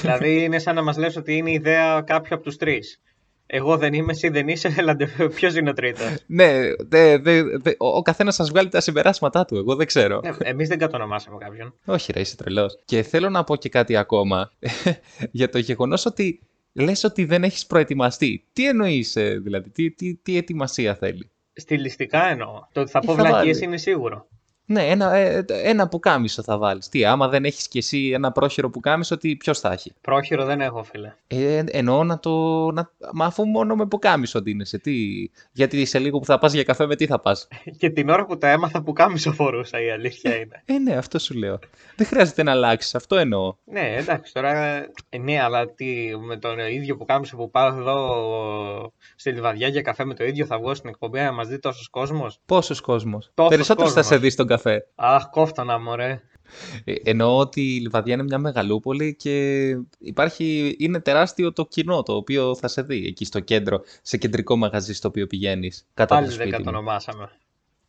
Speaker 6: δηλαδή είναι σαν να μας λες ότι είναι ιδέα κάποιου από τους τρεις. Εγώ δεν είμαι, εσύ δεν είσαι, έλατε, ποιος είναι ο τρίτος.
Speaker 2: Ναι, δε, δε, δε- ο, ο καθένας σας βγάλει τα συμπεράσματά του. Εγώ δεν ξέρω.
Speaker 6: ναι, εμείς δεν κατονομάσαμε κάποιον.
Speaker 2: Όχι, ρε, είσαι τρελός. Και θέλω να πω και κάτι ακόμα για το γεγονός ότι λες ότι δεν έχεις προετοιμαστεί. Τι εννοείς,
Speaker 7: ε,
Speaker 2: δηλαδή, τι, τι, τι ετοιμασία θέλει.
Speaker 6: Στιλιστικά εννοώ. Το ότι θα
Speaker 2: Τι
Speaker 6: πω
Speaker 2: θα
Speaker 6: βλακίες
Speaker 2: βάλει.
Speaker 6: είναι σίγουρο.
Speaker 7: Ναι, ένα, ε, ένα πουκάμισο θα βάλεις. Τι, άμα δεν έχεις κι εσύ ένα πρόχειρο πουκάμισο, τι ποιος θα έχει.
Speaker 6: Πρόχειρο δεν έχω, φίλε.
Speaker 7: Ε, εννοώ να το. Να, μα αφού μόνο με πουκάμισο δίνεσαι, τι. Γιατί σε λίγο που θα πας για καφέ, με τι θα πας.
Speaker 6: Και την ώρα που τα έμαθα που κάμισο φορούσα, η αλήθεια είναι.
Speaker 7: Ε, ναι, αυτό σου λέω. Δεν χρειάζεται να αλλάξεις, αυτό εννοώ.
Speaker 6: Ναι, εντάξει, τώρα. ε, Ναι, αλλά τι, με τον ίδιο που κάμισο που πάω εδώ στη Λιβαδιά για καφέ με το ίδιο θα βγω στην εκπομπή να μας δει τόσος κόσμος.
Speaker 7: Πόσος κόσμος.
Speaker 6: Τόσος
Speaker 7: Περισσότερος θα
Speaker 6: κόσμος.
Speaker 7: σε δει στον καφέ.
Speaker 6: Αχ, κόφτονα, μωρέ.
Speaker 7: Ε, εννοώ ότι η Λιβαδιά είναι μια μεγαλούπολη και υπάρχει, είναι τεράστιο το κοινό το οποίο θα σε δει εκεί στο κέντρο, σε κεντρικό μαγαζί στο οποίο πηγαίνεις. Κάτω από
Speaker 6: Πάλι
Speaker 7: το
Speaker 6: δεν
Speaker 7: σπίτι. μου.
Speaker 6: κατονομάσαμε.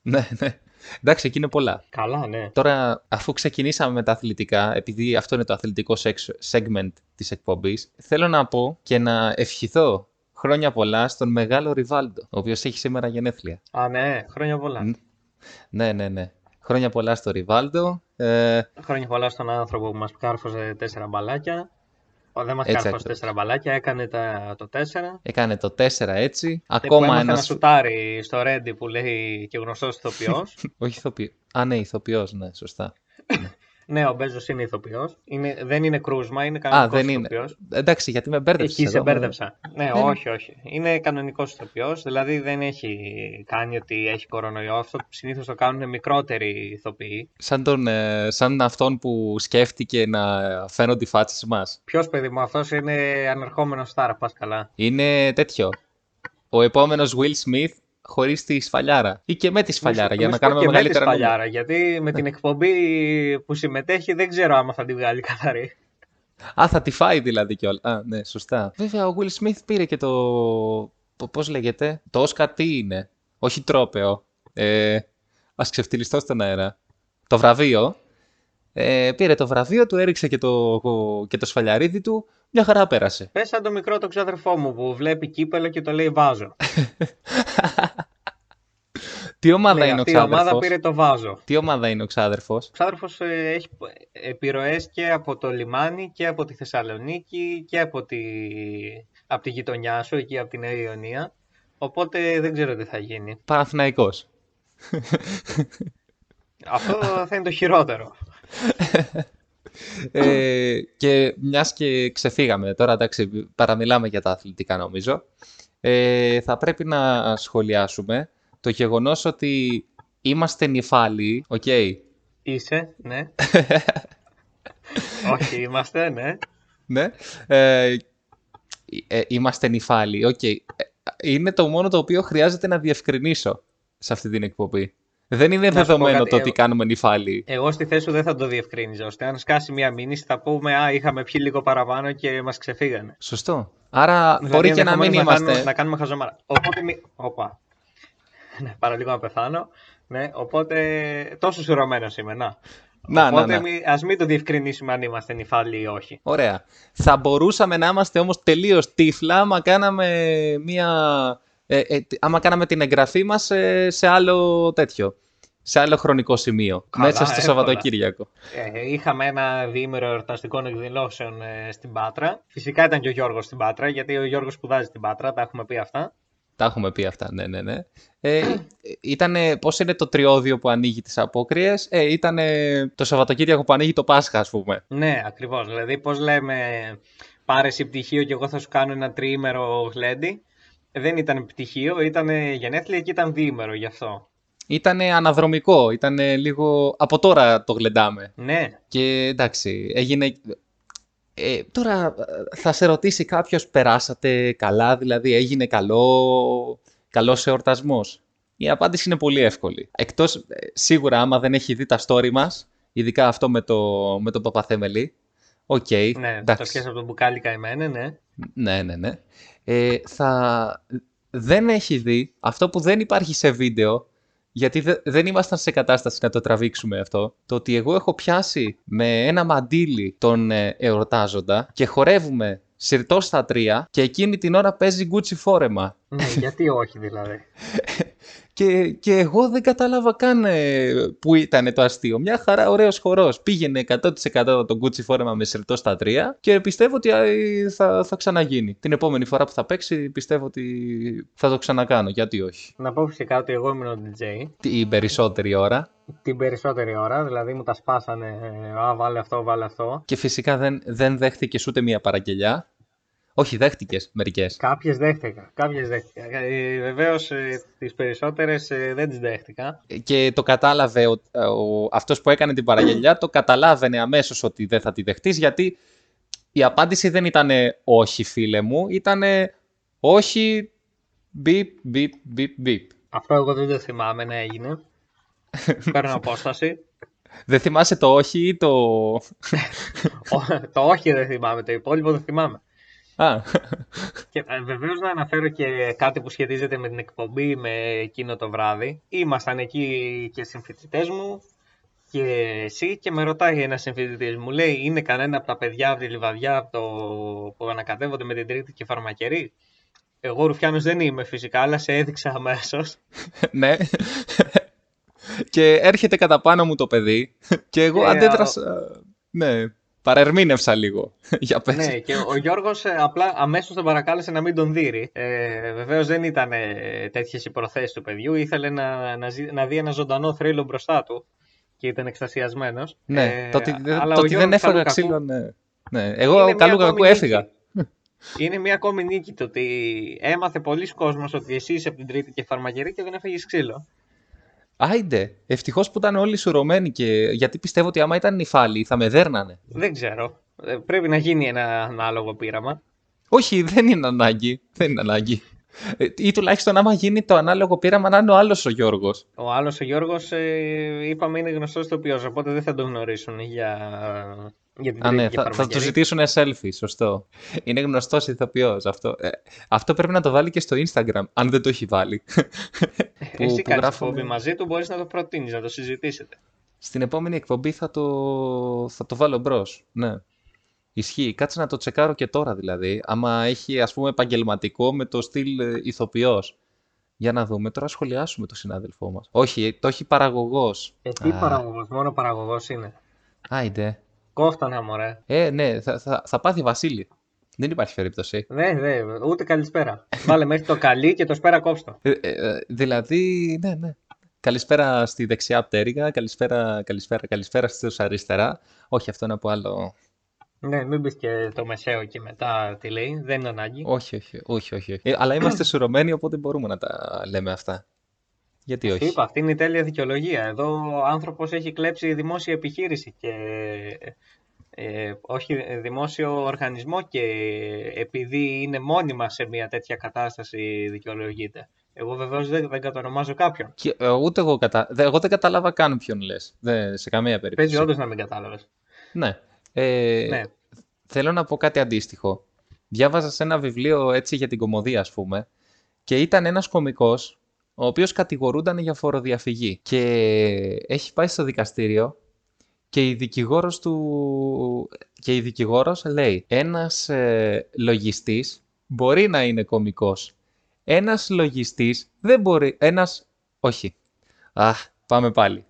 Speaker 7: Ναι, ναι. Εντάξει, εκεί είναι πολλά.
Speaker 6: Καλά, ναι.
Speaker 7: Τώρα, αφού ξεκινήσαμε με τα αθλητικά, επειδή αυτό είναι το αθλητικό σεξ- segment της εκπομπής, θέλω να πω και να ευχηθώ χρόνια πολλά στον μεγάλο Ριβάλντο, ο οποίος έχει σήμερα γενέθλια.
Speaker 6: Α, ναι, χρόνια πολλά.
Speaker 7: Ν- Ναι, ναι, ναι. Χρόνια πολλά στο Ριβάλντο. Ε,
Speaker 6: Χρόνια πολλά στον άνθρωπο που μας κάρφωσε τέσσερα μπαλάκια. Ο, δεν μας
Speaker 7: Έτσι
Speaker 6: κάρφωσε
Speaker 7: ακριβώς.
Speaker 6: τέσσερα μπαλάκια, έκανε τα, το τέσσερα.
Speaker 7: έκανε το 4 έτσι.
Speaker 6: Ε, που
Speaker 7: Ακόμα
Speaker 6: έμαθε να
Speaker 7: ένας...
Speaker 6: σουτάρει στο Ρέντι που λέει και γνωστός ηθοποιός.
Speaker 7: Όχι ηθοποιός. Α, ναι, ηθοποιός, ναι, σωστά.
Speaker 6: ναι, ο Μπέζος είναι ηθοποιός. Είναι, δεν είναι κρούσμα, είναι
Speaker 7: Α,
Speaker 6: κανονικό
Speaker 7: δεν είναι.
Speaker 6: ηθοποιός.
Speaker 7: Εντάξει, γιατί με μπέρδεψες
Speaker 6: Εκεί σε
Speaker 7: εδώ.
Speaker 6: μπέρδεψα. Ναι,
Speaker 7: ναι.
Speaker 6: όχι, όχι. Είναι κανονικός ηθοποιός, δηλαδή δεν έχει κάνει ότι έχει κορονοϊό. Αυτό συνήθως το κάνουν μικρότεροι ηθοποιοί.
Speaker 7: Σαν, τον, ε, σαν αυτόν που σκέφτηκε να φαίνονται οι φάτσες μας.
Speaker 6: Ποιος παιδί μου, αυτός είναι ανερχόμενος στάρ, πας καλά.
Speaker 7: Είναι τέτοιο. Ο επόμενος Will Smith χωρίς τη σφαλιάρα. ή και με τη σφαλιάρα,
Speaker 6: Μη
Speaker 7: για
Speaker 6: σου-
Speaker 7: να
Speaker 6: μη σου πω
Speaker 7: κάνουμε
Speaker 6: και με τη
Speaker 7: μεγαλύτερα νούμερα.
Speaker 6: σπαλιάρα,
Speaker 7: Ναι.
Speaker 6: γιατί με την εκπομπή που συμμετέχει δεν ξέρω άμα θα τη βγάλει καθαρή.
Speaker 7: Α, θα τη φάει δηλαδή κιόλας. Α, ναι, σωστά. Βέβαια, ο Will Smith πήρε και το. Πώς λέγεται. Το Oscar τι είναι. Όχι τρόπεο. Ε, Ας ξεφτυλιστώ στον αέρα. Το βραβείο. Ε, πήρε το βραβείο του, έριξε και το, και το σφαλιαρίδι του. Μια χαρά πέρασε.
Speaker 6: Πες σαν το μικρό το ξάδερφό μου που βλέπει κύπελο και το λέει βάζω.
Speaker 7: Τι Ναι, ομάδα
Speaker 6: Λέει,
Speaker 7: είναι ο
Speaker 6: αυτή η ομάδα
Speaker 7: ξάδερφος.
Speaker 6: πήρε το βάζω.
Speaker 7: Τι ομάδα είναι ο ξάδερφος.
Speaker 6: Ο ξάδερφος ε, έχει επιρροές και από το λιμάνι και από τη Θεσσαλονίκη και από τη, από τη γειτονιά σου, εκεί από τη Νέα Ιωνία. Οπότε δεν ξέρω τι θα γίνει.
Speaker 7: Παναθηναϊκός.
Speaker 6: Αυτό θα είναι το χειρότερο.
Speaker 7: Ε, και μιας και ξεφύγαμε τώρα, εντάξει, παραμιλάμε για τα αθλητικά νομίζω. Ε, θα πρέπει να σχολιάσουμε το γεγονός ότι είμαστε νυφάλιοι, οκ.
Speaker 6: Είσαι, ναι. Όχι, είμαστε, ναι.
Speaker 7: ναι. Ε, ε, είμαστε νυφάλιοι, οκ. Ε, Είναι το μόνο το οποίο χρειάζεται να διευκρινίσω σε αυτή την εκπομπή. Δεν είναι
Speaker 6: σου πω
Speaker 7: δεδομένο
Speaker 6: κάτι, ε,
Speaker 7: το ότι
Speaker 6: εγώ-
Speaker 7: κάνουμε νυφάλιοι.
Speaker 6: Εγώ στη θέση σου δεν θα το διευκρίνιζα, ώστε αν σκάσει μία μήνυση θα πούμε «Α, είχαμε πιει λίγο παραπάνω και μας ξεφύγανε».
Speaker 7: Σωστό. Άρα
Speaker 6: Δηλαδή,
Speaker 7: μπορεί και να μην
Speaker 6: ενδεχομένως
Speaker 7: είμαστε.
Speaker 6: κάνουμε, να κάνουμε χαζομάρα. Οπότε. μη- Όπα. Ναι, παρά λίγο να πεθάνω. Ναι, οπότε. Τόσο σουρωμένος είμαι,
Speaker 7: ναι,
Speaker 6: να.
Speaker 7: Να, να,
Speaker 6: οπότε
Speaker 7: να.
Speaker 6: Μη, ας μην το διευκρινίσουμε αν είμαστε νυφάλοι ή όχι.
Speaker 7: Ωραία. Θα μπορούσαμε να είμαστε όμως τελείως τύφλα άμα κάναμε, μια, ε, ε, τ- άμα κάναμε την εγγραφή μας ε, σε άλλο τέτοιο. Σε άλλο χρονικό σημείο.
Speaker 6: Καλά,
Speaker 7: μέσα στο
Speaker 6: εύκολα.
Speaker 7: Σαββατοκύριακο.
Speaker 6: Ε, είχαμε ένα διήμερο εορταστικών εκδηλώσεων ε, στην Πάτρα. Φυσικά ήταν και ο Γιώργος στην Πάτρα, γιατί ο Γιώργος σπουδάζει στην Πάτρα, τα έχουμε πει αυτά.
Speaker 7: Τα έχουμε πει αυτά, ναι, ναι, ναι. Ε, ήτανε, πώς είναι το τριώδιο που ανοίγει τις απόκριες. Ε, ήταν το Σαββατοκύριακο που ανοίγει το Πάσχα, ας πούμε.
Speaker 6: Ναι, ακριβώς. Δηλαδή, πώς λέμε, πάρε εσύ πτυχίο και εγώ θα σου κάνω ένα τριήμερο γλέντι. Δεν ήταν πτυχίο, ήταν γενέθλια και ήταν διήμερο γι' αυτό.
Speaker 7: Ήταν αναδρομικό, ήταν λίγο... Από τώρα το γλεντάμε.
Speaker 6: Ναι,
Speaker 7: Και εντάξει, έγινε. Ε, τώρα ε, θα σε ρωτήσει κάποιος, περάσατε καλά, δηλαδή έγινε καλό, καλός εορτασμός. Η απάντηση είναι πολύ εύκολη. Εκτός, ε, σίγουρα άμα δεν έχει δει τα story μας, ειδικά αυτό με το, με το Παπαθέμελη, οκ,
Speaker 6: Ναι, το
Speaker 7: εντάξει.
Speaker 6: πιάσα από το μπουκάλι καημένε, ναι.
Speaker 7: Ναι, ναι, ναι. Ε, θα... Δεν έχει δει αυτό που δεν υπάρχει σε βίντεο, γιατί δε- δεν ήμασταν σε κατάσταση να το τραβήξουμε αυτό, το ότι εγώ έχω πιάσει με ένα μαντίλι τον ε, εορτάζοντα και χορεύουμε συρτό στα τρία και εκείνη την ώρα παίζει Gucci φόρεμα.
Speaker 6: Ναι, γιατί όχι δηλαδή.
Speaker 7: Και, και εγώ δεν κατάλαβα καν ε, που ήταν το αστείο. Μια χαρά, ωραίος χορός. Πήγαινε 100% το Gucci φόρεμα με σερτό στα τρία και πιστεύω ότι α, ε, θα, θα ξαναγίνει. Την επόμενη φορά που θα παίξει πιστεύω ότι θα το ξανακάνω. Γιατί όχι.
Speaker 6: Να πω φυσικά ότι εγώ ήμουν ο DJ.
Speaker 7: Την περισσότερη ώρα.
Speaker 6: την περισσότερη ώρα, δηλαδή μου τα σπάσανε, ε, α, βάλε αυτό, βάλε αυτό.
Speaker 7: Και φυσικά δεν, δεν δέχτηκες ούτε μία παραγγελιά. Όχι, δέχτηκες μερικές.
Speaker 6: Κάποιες δέχτηκα, κάποιες δέχτηκα. Ε, βεβαίως ε, τις περισσότερες ε, δεν τις δέχτηκα.
Speaker 7: Και το κατάλαβε ο, ο, αυτός που έκανε την παραγγελιά, το καταλάβαινε αμέσως ότι δεν θα τη δεχτείς, γιατί η απάντηση δεν ήταν όχι φίλε μου, ήταν όχι μπιπ, μπιπ, μπιπ, μπιπ.
Speaker 6: Αυτό εγώ δεν το θυμάμαι να έγινε. Παίρνω απόσταση.
Speaker 7: Δεν θυμάσαι το όχι ή το...
Speaker 6: Ο- το όχι δεν θυμάμαι, το υπόλοιπο δεν θυμάμαι.
Speaker 7: Α,
Speaker 6: Και ε, βεβαίως να αναφέρω και κάτι που σχετίζεται με την εκπομπή με εκείνο το βράδυ. Ήμασταν εκεί και συμφοιτητές μου και εσύ και με ρωτάει ένας συμφοιτητής μου. Λέει είναι κανένα από τα παιδιά από τη Λιβαδιά από το... που ανακατεύονται με την τρίτη και φαρμακερή. Εγώ Ρουφιάνος δεν είμαι φυσικά, αλλά σε έδειξα αμέσως.
Speaker 7: ναι. και έρχεται κατά πάνω μου το παιδί και εγώ
Speaker 6: Ε,
Speaker 7: αντέδρασα... Ναι, παρερμήνευσα λίγο. Για πες.
Speaker 6: Ναι, και ο Γιώργος ε, απλά αμέσως τον παρακάλεσε να μην τον δείρει. Ε, βεβαίως δεν ήταν ε, τέτοιες οι προθέσεις του παιδιού. Ήθελε να, να, ζει- να δει ένα ζωντανό θρύλο μπροστά του και ήταν εκστασιασμένος.
Speaker 7: Ναι,
Speaker 6: Ε,
Speaker 7: το ότι, δεν-
Speaker 6: αλλά
Speaker 7: το
Speaker 6: ο
Speaker 7: ότι δεν
Speaker 6: Γιώργος
Speaker 7: έφαγα
Speaker 6: καλού κακού
Speaker 7: ξύλο, ναι. ναι.
Speaker 6: είναι
Speaker 7: Εγώ
Speaker 6: μια
Speaker 7: καλού
Speaker 6: ακόμη
Speaker 7: κακού
Speaker 6: νίκη.
Speaker 7: έφυγα.
Speaker 6: Είναι μια ακόμη νίκη το ότι έμαθε πολλοί κόσμος ότι εσύ είσαι από την Τρίτη και φαρμακερή και δεν έφαγες ξύλο.
Speaker 7: Άιντε, ευτυχώς που ήταν όλοι σουρωμένοι και γιατί πιστεύω ότι άμα ήταν νυφάλοι θα με δέρνανε.
Speaker 6: Δεν ξέρω. Ε, πρέπει να γίνει ένα ανάλογο πείραμα.
Speaker 7: Όχι, δεν είναι ανάγκη. Δεν είναι ανάγκη. Ε, Ή τουλάχιστον άμα γίνει το ανάλογο πείραμα να είναι ο άλλος ο Γιώργος.
Speaker 6: Ο άλλος ο Γιώργος, ε, είπαμε, είναι γνωστός ηθοποιός, οπότε δεν θα τον γνωρίσουν για, για την
Speaker 7: Α,
Speaker 6: Τρίτη
Speaker 7: ναι,
Speaker 6: και
Speaker 7: θα, θα τους
Speaker 6: Φαρμακερή.
Speaker 7: ζητήσουν selfie, σωστό. Είναι γνωστός ηθοποιός αυτό. Ε, αυτό πρέπει να το βάλει και στο Instagram, αν δεν το έχει βάλει. που,
Speaker 6: Εσύ κάνεις
Speaker 7: που γράφουνε-
Speaker 6: εκπομπή μαζί του, μπορείς να το προτείνεις, να το συζητήσετε.
Speaker 7: Στην επόμενη εκπομπή θα το, θα το βάλω μπρος. Ναι. Ισχύει. Κάτσε να το τσεκάρω και τώρα δηλαδή. Άμα έχει ας πούμε επαγγελματικό με το στυλ ε, ηθοποιός. Για να δούμε. Τώρα σχολιάσουμε το συνάδελφό μας. Όχι, ε, το έχει παραγωγός.
Speaker 6: Ε, τι παραγωγός, μόνο παραγωγός είναι.
Speaker 7: Άιντε.
Speaker 6: Κόφτανα, μωρέ.
Speaker 7: Ε, ναι, θα, θα, θα πάθει Βασίλη. Δεν υπάρχει περίπτωση.
Speaker 6: Δε, δε, ούτε καλησπέρα. Βάλε μέχρι το καλή και το σπέρα κόψτο.
Speaker 7: Ε, ε, ε, δηλαδή, ναι, ναι. Καλησπέρα στη δεξιά πτέρυγα, καλησπέρα, καλησπέρα, καλησπέρα στους αριστερά. Όχι, αυτό είναι από άλλο.
Speaker 6: Ναι, μην πεις και το μεσαίο και μετά τι λέει, δεν είναι ανάγκη.
Speaker 7: Όχι, όχι, όχι, όχι. όχι. Ε, αλλά είμαστε σουρωμένοι, οπότε μπορούμε να τα λέμε αυτά. Γιατί
Speaker 6: Τι
Speaker 7: όχι.
Speaker 6: Είπα, αυτή είναι η τέλεια δικαιολογία. Εδώ ο άνθρωπος έχει κλέψει δημόσια επιχείρηση και ε, όχι ε, δημόσιο οργανισμό και επειδή είναι μόνιμα σε μια τέτοια κατάσταση δικαιολογείται. Εγώ βεβαίως δεν, δεν κατονομάζω κάποιον.
Speaker 7: Και, ε, ούτε εγώ, κατα... δε- εγώ δεν κατάλαβα καν ποιον λες. Δε, σε καμία περίπτωση.
Speaker 6: Παίζει όντως να μην κατάλαβες.
Speaker 7: Ναι. Ε,
Speaker 6: Ναι.
Speaker 7: Θέλω να πω κάτι αντίστοιχο. Διάβαζα σε ένα βιβλίο έτσι για την κομμωδία, ας πούμε, και ήταν ένας κωμικός, ο οποίος κατηγορούνταν για φοροδιαφυγή. Και έχει πάει στο δικαστήριο και η δικηγόρος του... Και η δικηγόρος λέει, ένας ε, λογιστής μπορεί να είναι κωμικός. Ένας λογιστής δεν μπορεί... Ένας... Όχι. Αχ, πάμε πάλι.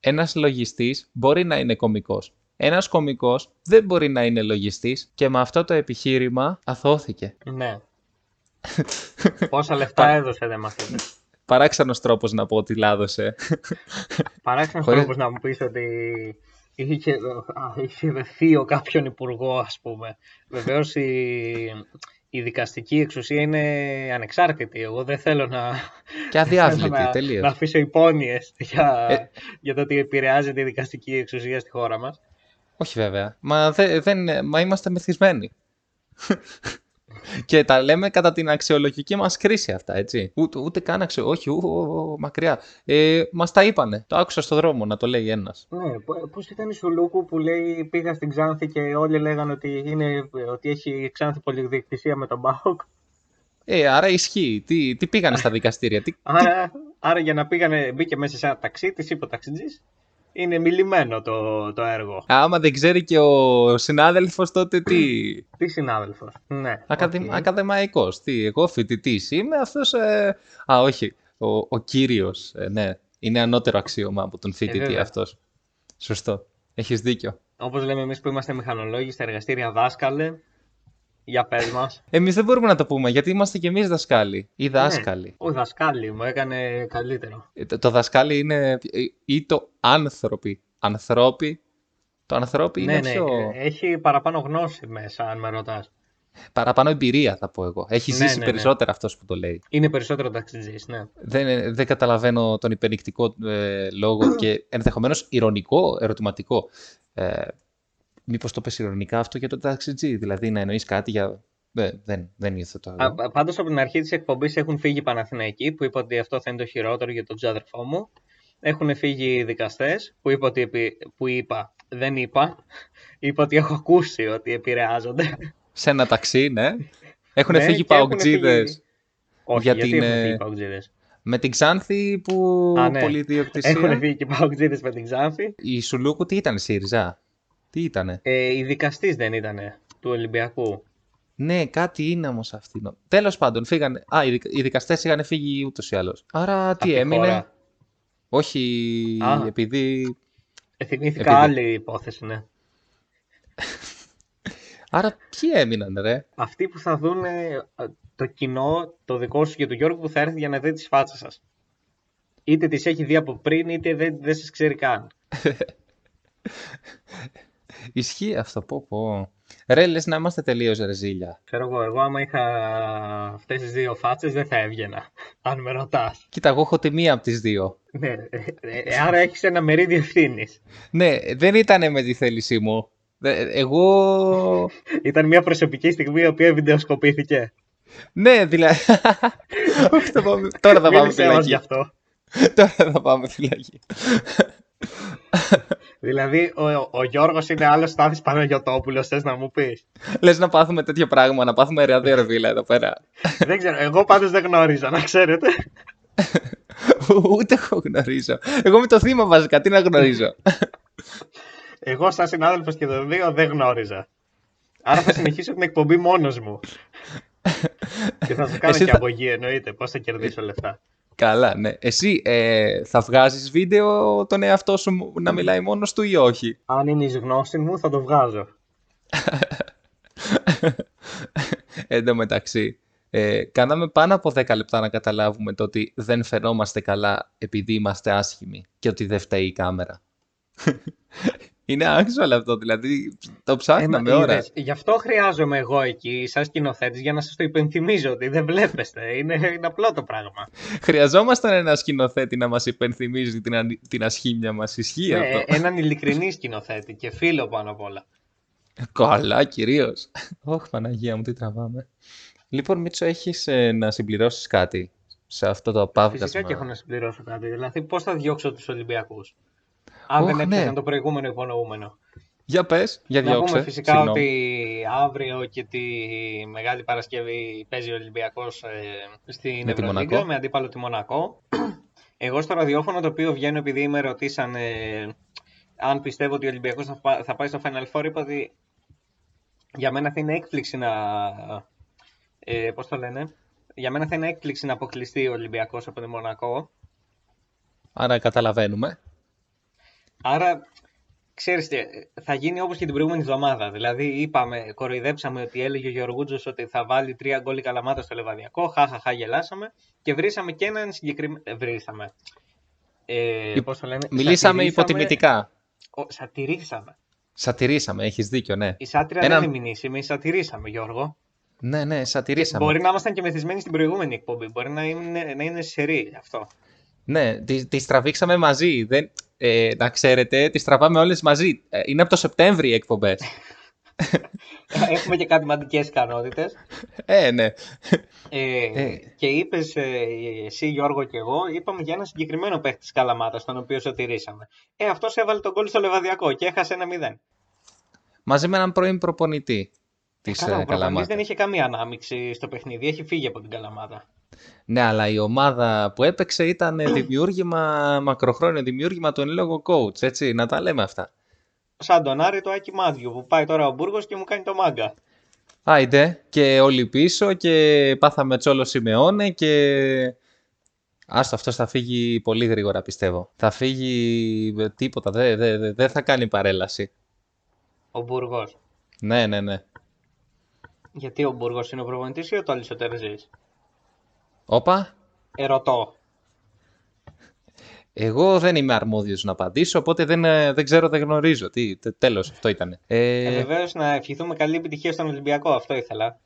Speaker 7: Ένας λογιστής μπορεί να είναι κωμικός. Ένας κωμικός δεν μπορεί να είναι λογιστής και με αυτό το επιχείρημα αθώθηκε.
Speaker 6: Ναι. Πόσα λεφτά έδωσε δεν μας είπες.
Speaker 7: Παράξενος τρόπος να πω ότι λάδωσε.
Speaker 6: Παράξενος
Speaker 7: Χωρίς-
Speaker 6: τρόπος να μου πεις ότι είχε, α, είχε δεχθεί ο κάποιον υπουργό, ας πούμε. Βεβαίως η, η δικαστική εξουσία είναι ανεξάρτητη. Εγώ δεν θέλω να, θέλω
Speaker 7: και αδιάβλητη,
Speaker 6: να,
Speaker 7: τελείως.
Speaker 6: να αφήσω υπόνοιες για,
Speaker 7: Ε.
Speaker 6: για το ότι επηρεάζεται η δικαστική εξουσία στη χώρα μας.
Speaker 7: Όχι βέβαια. Μα, δε, δεν, μα είμαστε μεθυσμένοι. και τα λέμε κατά την αξιολογική μας κρίση αυτά, έτσι. Ούτε, ούτε καν αξιο... Όχι, ου, ου, ου, ου, μακριά. Ε, μας τα είπανε. Το άκουσα στο δρόμο να το λέει ένας.
Speaker 6: Ναι, πο- πώς ήταν η Σουλούκου που λέει πήγα στην Ξάνθη και όλοι λέγανε ότι, είναι, ότι έχει η Ξάνθη πολυδιοκτησία με τον Μπάουκ.
Speaker 7: Ε, άρα ισχύει. Τι, τι πήγανε στα δικαστήρια. Τι,
Speaker 6: Άρα, άρα για να πήγανε, μπήκε μέσα σε ένα ταξί, της είπε ο ταξιτζής, είναι μιλημένο το, το έργο.
Speaker 7: Άμα δεν ξέρει και ο συνάδελφος τότε τι.
Speaker 6: Τι συνάδελφος. Ναι.
Speaker 7: Ακαδη...
Speaker 6: οκ.
Speaker 7: Ακαδημαϊκός. Τι, εγώ φοιτητής είμαι, αυτός... ε, Α, όχι. Ο, ο κύριος, ε, ναι. Είναι ανώτερο αξίωμα από τον φοιτητή
Speaker 6: Ε, βέβαια.
Speaker 7: αυτός. Σωστό. Έχεις δίκιο.
Speaker 6: Όπως λέμε εμείς που είμαστε μηχανολόγοι στα εργαστήρια δάσκαλε, Για πες μας.
Speaker 7: Εμείς δεν μπορούμε να το πούμε γιατί είμαστε κι εμείς δασκάλοι
Speaker 6: Ναι.
Speaker 7: ή δάσκαλοι.
Speaker 6: Ο δασκάλι μου έκανε καλύτερο.
Speaker 7: Ε, Το, το δασκάλι είναι. ε, ή το άνθρωποι. Ανθρώποι. Το ανθρώπι
Speaker 6: Ναι,
Speaker 7: είναι πιο.
Speaker 6: Έχει παραπάνω γνώση μέσα, αν με ρωτάς.
Speaker 7: Παραπάνω εμπειρία, θα πω εγώ. Έχει
Speaker 6: Ναι,
Speaker 7: ζήσει
Speaker 6: ναι, ναι.
Speaker 7: περισσότερα αυτός που το λέει.
Speaker 6: Είναι περισσότερο ταξιτζής, ναι.
Speaker 7: Δεν, δεν καταλαβαίνω τον υπερηκτικό ε, λόγο και ενδεχομένως ηρωνικό ερωτηματικό. Ε, Μήπως το πες ηρωνικά αυτό για το ταξιτζή, δηλαδή να εννοείς κάτι για. Ε, δεν, δεν υιοθετώ. εγώ.
Speaker 6: Πάντως από την αρχή της εκπομπής έχουν φύγει οι Παναθηναϊκοί που είπα ότι αυτό θα είναι το χειρότερο για τον ξάδερφό μου. Έχουν φύγει οι δικαστές που, είπα ότι επι- που είπα, δεν είπα. Είπα ότι έχω ακούσει ότι επηρεάζονται.
Speaker 7: Σε ένα ταξί, ναι. Έχουν
Speaker 6: Ναι,
Speaker 7: φύγει
Speaker 6: και έχουν
Speaker 7: παοκτζίδες.
Speaker 6: φύγει- Όχι,
Speaker 7: Γιατί
Speaker 6: γιατί,
Speaker 7: είναι-
Speaker 6: έχουν φύγει οι Παοκτζίδες.
Speaker 7: Με την Ξάνθη που
Speaker 6: Α, ναι.
Speaker 7: πολυδιοκτησία.
Speaker 6: Έχουν φύγει και οι Παοκτζίδες με την Ξάνθη.
Speaker 7: Η Σουλούκου τι ήταν, ΣΥΡΙΖΑ. Τι ήτανε.
Speaker 6: Ε, η δικαστή δεν ήταν του Ολυμπιακού.
Speaker 7: Ναι, κάτι είναι όμως αυτή. Τέλος πάντων, φύγανε. Α, οι, δικ- οι δικαστές είχαν φύγει ούτως ή άλλως. Άρα
Speaker 6: Απ'
Speaker 7: τι
Speaker 6: τη
Speaker 7: έμεινε.
Speaker 6: χώρα.
Speaker 7: Όχι,
Speaker 6: Α.
Speaker 7: επειδή.
Speaker 6: Ε, θυμήθηκα
Speaker 7: Επειδή-
Speaker 6: άλλη υπόθεση, ναι.
Speaker 7: Άρα ποιοι έμειναν, ρε.
Speaker 6: Αυτοί που θα δουν το κοινό, το δικό σου και του Γιώργου που θα έρθει για να δει τις φάτσες σας. Είτε τις έχει δει από πριν, είτε δεν, δεν σας ξέρει καν.
Speaker 7: Ισχύει αυτό, πω πω. Ρε, λες να είμαστε τελείως ρεζίλια.
Speaker 6: Ξέρω εγώ, εγώ άμα είχα αυτές τις δύο φάτσες δεν θα έβγαινα, αν με ρωτάς.
Speaker 7: Κοίτα, εγώ έχω τη μία από τις δύο.
Speaker 6: Ναι, ε, ε, άρα έχεις ένα μερίδιο ευθύνης.
Speaker 7: Ναι, δεν ήταν με τη θέλησή μου. Δε- Εγώ.
Speaker 6: Ήταν μια προσωπική στιγμή η οποία βιντεοσκοπήθηκε.
Speaker 7: ναι, δηλαδή. Όχι, θα πάμε- Τώρα θα πάμε
Speaker 6: Μίλησε ως γι'
Speaker 7: φυλακή.
Speaker 6: αυτό.
Speaker 7: Τώρα θα πάμε φυλακή.
Speaker 6: Δηλαδή, ο, ο Γιώργος είναι άλλος Στάθης Παναγιωτόπουλος, θες να μου πεις.
Speaker 7: Λες να πάθουμε τέτοιο πράγμα, να πάθουμε ρεαδέρο βίλα εδώ πέρα.
Speaker 6: δεν ξέρω, εγώ πάντως δεν γνώριζα, να ξέρετε.
Speaker 7: Ούτε εγώ γνωρίζω. Εγώ με το θύμα βασικά, τι να γνωρίζω.
Speaker 6: Εγώ, σαν συνάδελφος και των δύο, δεν γνώριζα. Άρα θα συνεχίσω την εκπομπή μόνος μου. και θα σου κάνω
Speaker 7: Εσύ
Speaker 6: και
Speaker 7: θα-
Speaker 6: αγωγή, εννοείται. Πώς θα κερδίσω λεφτά.
Speaker 7: Καλά, ναι. Εσύ ε, θα βγάζεις βίντεο τον εαυτό σου μ- να μιλάει μόνος του ή όχι.
Speaker 6: Αν είναι ει γνώση μου, θα το βγάζω.
Speaker 7: Εν τω μεταξύ, ε, κάναμε πάνω από 10 λεπτά να καταλάβουμε το ότι δεν φαινόμαστε καλά επειδή είμαστε άσχημοι και ότι δεν φταίει η κάμερα. Είναι άξιο αυτό, δηλαδή το ψάχναμε
Speaker 6: Έμα,
Speaker 7: ώρα.
Speaker 6: Ε, είδες, Γι' αυτό χρειάζομαι εγώ εκεί, σαν σκηνοθέτης, για να σας το υπενθυμίζω ότι δεν βλέπεστε. Είναι, είναι απλό το πράγμα.
Speaker 7: Χρειαζόμασταν ένα σκηνοθέτη να μας υπενθυμίζει την, αν- την ασχήμια μας. Ισχύει
Speaker 6: Ναι,
Speaker 7: αυτό.
Speaker 6: έναν ειλικρινή σκηνοθέτη και φίλο πάνω απ' όλα.
Speaker 7: Καλά, κυρίως. Όχι, Παναγία μου, τι τραβάμε. Λοιπόν, Μίτσο, έχεις να συμπληρώσεις κάτι σε αυτό το απάβγασμα.
Speaker 6: Φυσικά και έχω να συμπληρώσω κάτι. Δηλαδή, πώς θα διώξω τους Ολυμπιακούς. Αν
Speaker 7: Ωχ,
Speaker 6: δεν
Speaker 7: ναι.
Speaker 6: έπιασαν το προηγούμενο υπονοούμενο.
Speaker 7: Για πες, για
Speaker 6: Να
Speaker 7: διώξε.
Speaker 6: πούμε φυσικά
Speaker 7: Συγγνώμη.
Speaker 6: ότι αύριο και τη Μεγάλη Παρασκευή παίζει ο Ολυμπιακός ε, στην
Speaker 7: Με τη
Speaker 6: Ευρωλίγκα
Speaker 7: Μονακό.
Speaker 6: με αντίπαλο τη Μονακό. Εγώ στο ραδιόφωνο το οποίο βγαίνω επειδή με ρωτήσαν ε, αν πιστεύω ότι ο Ολυμπιακός θα, πα- θα πάει στο Final Four είπα ότι για μένα θα είναι έκπληξη να... Ε, πώς το λένε... Για μένα θα είναι έκπληξη να αποκλειστεί ο Ολυμπιακός από τη Μονακό.
Speaker 7: Άρα καταλαβαίνουμε.
Speaker 6: Άρα, ξέρεις τι, θα γίνει όπως και την προηγούμενη εβδομάδα. Δηλαδή, είπαμε, κοροϊδέψαμε ότι έλεγε ο Γεωργούτζος ότι θα βάλει τρία γκολ η Καλαμάτα στο Λεβαδιακό. Χαχαχά, γελάσαμε. Και βρήσαμε και έναν συγκεκριμένο... Βρήσαμε. Ε,
Speaker 7: Υ-
Speaker 6: πώς το λένε,
Speaker 7: Μιλήσαμε
Speaker 6: σατηρήσαμε-
Speaker 7: υποτιμητικά.
Speaker 6: Ο, σατηρήσαμε.
Speaker 7: Σατηρήσαμε, έχεις δίκιο, ναι.
Speaker 6: Η σάτυρα
Speaker 7: Έναν-
Speaker 6: δεν εμεινήσαμε, σατηρήσαμε, Γιώργο.
Speaker 7: Ναι, ναι, σατηρήσαμε.
Speaker 6: Μπορεί να ήμασταν και μεθυσμένοι στην προηγούμενη εκπομπή. Μπορεί να είναι, να είναι σερή αυτό.
Speaker 7: Ναι, τις, τις τραβήξαμε μαζί. Δεν, ε, να ξέρετε, τις τραβάμε όλες μαζί. Ε, είναι από το Σεπτέμβρη οι εκπομπές.
Speaker 6: Έχουμε και κάτι μαντικές ικανότητες.
Speaker 7: ε, ναι.
Speaker 6: Ε,
Speaker 7: Ε.
Speaker 6: Και είπες εσύ, Γιώργο, και εγώ, είπαμε για ένα συγκεκριμένο παίχτη της Καλαμάτας, τον οποίο σωτηρήσαμε. Ε, αυτός έβαλε τον κόλλο στο λεβαδιακό και έχασε ένα μηδέν.
Speaker 7: Μαζί με έναν πρώην προπονητή της
Speaker 6: Καλά,
Speaker 7: ε,
Speaker 6: ο προπονητής
Speaker 7: Καλαμάτας.
Speaker 6: δεν είχε καμία ανάμειξη στο παιχνίδι, έχει φύγει από την Καλαμάτα.
Speaker 7: Ναι, αλλά η ομάδα που έπαιξε ήταν δημιούργημα, μακροχρόνιο δημιούργημα του εν λόγω coach, έτσι, να τα λέμε αυτά.
Speaker 6: Σαν τον Άρη το Άκη Μάντιου που πάει τώρα ο Μπούργος και μου κάνει το μάγκα.
Speaker 7: Άιντε, και όλοι πίσω και πάθαμε τσόλο Σιμεώνε και... Άστο, αυτός θα φύγει πολύ γρήγορα πιστεύω. Θα φύγει ε, τίποτα, δεν δε, δε, δεν θα κάνει παρέλαση.
Speaker 6: Ο Μπούργος.
Speaker 7: Ναι, ναι, ναι.
Speaker 6: Γιατί ο Μπούργος είναι ο προπονητής ή ο Τόλι ο Ε, Τερζής.
Speaker 7: Όπα,
Speaker 6: Ερωτώ.
Speaker 7: εγώ δεν είμαι αρμόδιος να απαντήσω, οπότε δεν, ε, δεν ξέρω, δεν γνωρίζω. Τι, τε- τέλος, αυτό ήταν.
Speaker 6: Ε, Βεβαίως να ευχηθούμε καλή επιτυχία στον Ολυμπιακό, αυτό ήθελα.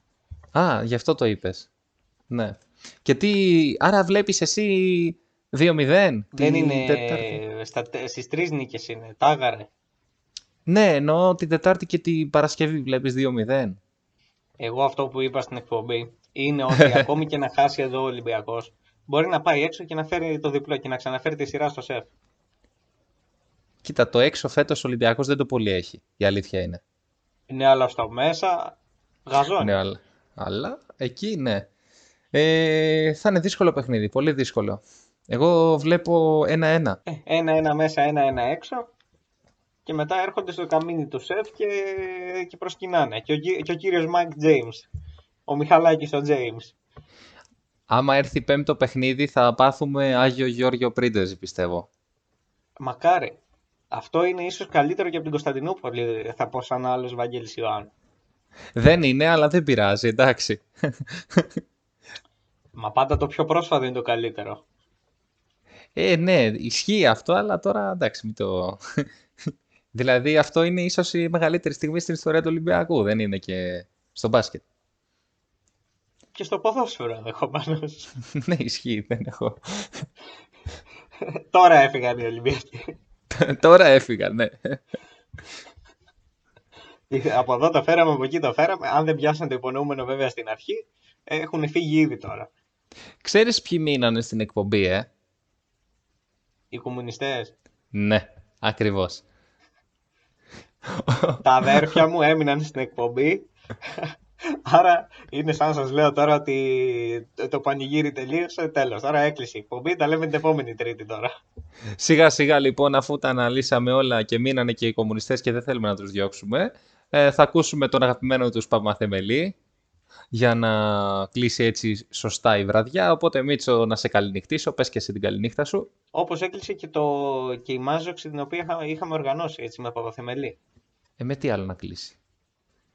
Speaker 7: Α, γι' αυτό το είπες. Ναι. Και τι, άρα βλέπεις εσύ 2-0
Speaker 6: Δεν
Speaker 7: την
Speaker 6: είναι.
Speaker 7: Τετάρτη.
Speaker 6: Στις τρεις νίκες είναι. Τάγαρε.
Speaker 7: Ναι, εννοώ την Τετάρτη και την Παρασκευή βλέπεις 2-0.
Speaker 6: Εγώ αυτό που είπα στην εκπομπή είναι ότι ακόμη και να χάσει εδώ ο Ολυμπιακός, μπορεί να πάει έξω και να φέρει το διπλό και να ξαναφέρει τη σειρά στο σεφ.
Speaker 7: Κοίτα, το έξω φέτος ο Ολυμπιακός δεν το πολύ έχει. Η αλήθεια είναι.
Speaker 6: Ναι, αλλά στο μέσα γαζώνει.
Speaker 7: Ναι, αλλά, αλλά εκεί ναι. Ε, θα είναι δύσκολο παιχνίδι, πολύ δύσκολο. Εγώ βλέπω ένα-ένα.
Speaker 6: Ε, Ένα-ένα μέσα, ένα-ένα έξω. Και μετά έρχονται στο καμίνι του σεφ και, και προσκυνάνε. Και ο, κύ- και ο κύριος Μάικ Τζέιμς. Ο Μιχαλάκης ο Τζέιμς.
Speaker 7: Άμα έρθει πέμπτο παιχνίδι θα πάθουμε Άγιο Γιώργιο Πρίντεζη πιστεύω.
Speaker 6: Μακάρι. Αυτό είναι ίσως καλύτερο και από την Κωνσταντινούπολη, θα πω σαν άλλος Βαγγέλης Ιωάννου.
Speaker 7: Δεν είναι, αλλά δεν πειράζει, εντάξει.
Speaker 6: Μα πάντα το πιο πρόσφατο είναι το καλύτερο.
Speaker 7: Ε, ναι, ισχύει αυτό, αλλά τώρα εντάξει, μην το... δηλαδή αυτό είναι ίσως η μεγαλύτερη στιγμή στην ιστορία του Ολυμπιακού, δεν είναι και στο μπάσκετ.
Speaker 6: Και στο ποδόσφαιρο ενδεχομένως.
Speaker 7: ναι, ισχύει, δεν έχω...
Speaker 6: Τώρα έφυγαν οι Ολυμπιακοί.
Speaker 7: τώρα έφυγα, ναι.
Speaker 6: από εδώ το φέραμε, από εκεί το φέραμε. Αν δεν πιάσαν το υπονοούμενο βέβαια στην αρχή, έχουν φύγει ήδη τώρα.
Speaker 7: Ξέρεις ποιοι μείνανε στην εκπομπή, ε?
Speaker 6: Οι κομμουνιστές.
Speaker 7: Ναι, ακριβώς.
Speaker 6: τα αδέρφια μου έμειναν στην εκπομπή. Άρα είναι σαν να σας λέω τώρα ότι το- το πανηγύρι τελείωσε, τέλος. Τώρα έκλεισε η εκπομπή, τα λέμε την επόμενη τρίτη τώρα.
Speaker 7: Σιγά σιγά λοιπόν αφού τα αναλύσαμε όλα και μείνανε και οι κομμουνιστές και δεν θέλουμε να τους διώξουμε ε, θα ακούσουμε τον αγαπημένο τους Παπαθεμελή για να κλείσει έτσι σωστά η βραδιά οπότε Μίτσο να σε καληνυχτήσω πες και εσύ την καληνύχτα σου
Speaker 6: Όπως έκλεισε και, το, και η μάζοξη την οποία είχα- είχαμε οργανώσει έτσι με παπαθεμελή.
Speaker 7: ε, με τι άλλο να κλείσει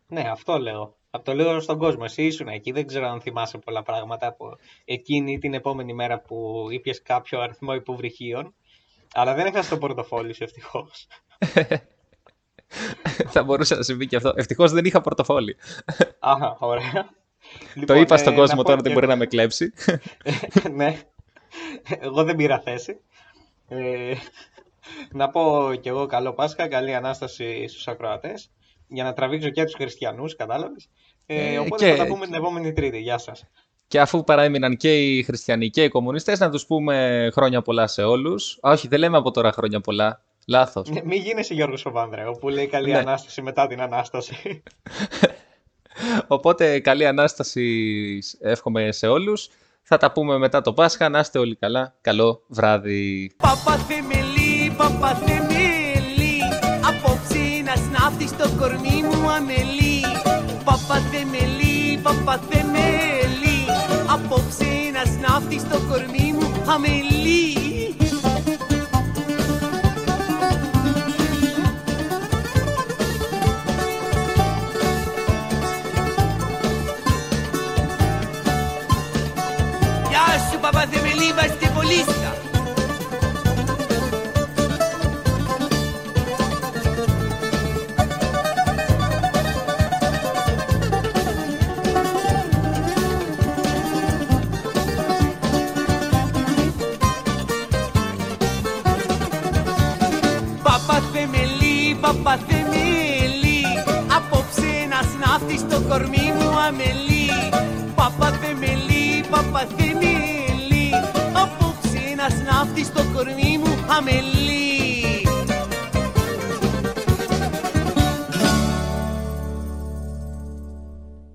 Speaker 6: Ναι, αυτό λέω. Αυτό λέω στον κόσμο. Εσύ ήσουν εκεί, δεν ξέρω αν θυμάσαι πολλά πράγματα από εκείνη την επόμενη μέρα που ήπιες κάποιο αριθμό υποβρυχίων. Αλλά δεν έχασες το πορτοφόλι σου ευτυχώς.
Speaker 7: θα μπορούσε να συμβεί και αυτό ευτυχώς δεν είχα πορτοφόλι
Speaker 6: Αχα, ωραία.
Speaker 7: το
Speaker 6: Λοιπόν,
Speaker 7: είπα
Speaker 6: ε,
Speaker 7: στον κόσμο
Speaker 6: πω
Speaker 7: τώρα δεν
Speaker 6: και-
Speaker 7: μπορεί να με κλέψει
Speaker 6: ναι. Εγώ δεν πήρα θέση. Ε, να πω κι εγώ καλό Πάσχα, καλή Ανάσταση στους ακροατές. Για να τραβήξω και τους χριστιανούς, κατάλαβες. Ε,
Speaker 7: Ε,
Speaker 6: οπότε
Speaker 7: και-
Speaker 6: θα τα πούμε την επόμενη Τρίτη. Γεια σας.
Speaker 7: και αφού παραέμειναν και οι χριστιανοί και οι κομμουνιστές να τους πούμε χρόνια πολλά σε όλους Α, όχι δεν λέμε από τώρα χρόνια πολλά Λάθος.
Speaker 6: Ε, Μην γίνεσαι Γιώργος ο Βάνδρεο που λέει καλή
Speaker 7: Ναι.
Speaker 6: Ανάσταση μετά την Ανάσταση.
Speaker 7: Οπότε καλή Ανάσταση εύχομαι σε όλους. Θα τα πούμε μετά το Πάσχα. Να είστε όλοι καλά. Καλό βράδυ.
Speaker 1: Παπαθεμελή, παπαθεμελή Απόψε να σνάφτεις το κορμί μου αμελή Παπαθεμελή, παπαθεμελή Απόψε να σνάφτεις το κορμί μου αμελή Γεια σου παπαθεμελή, είμαστε πολίστα Παπαθεμελή, παπαθεμελή Απόψε να σνάφτεις το κορμί μου αμελή Παπαθεμελή, παπαθεμελή Απόψε να σνάφτεις το κορμί μου αμελή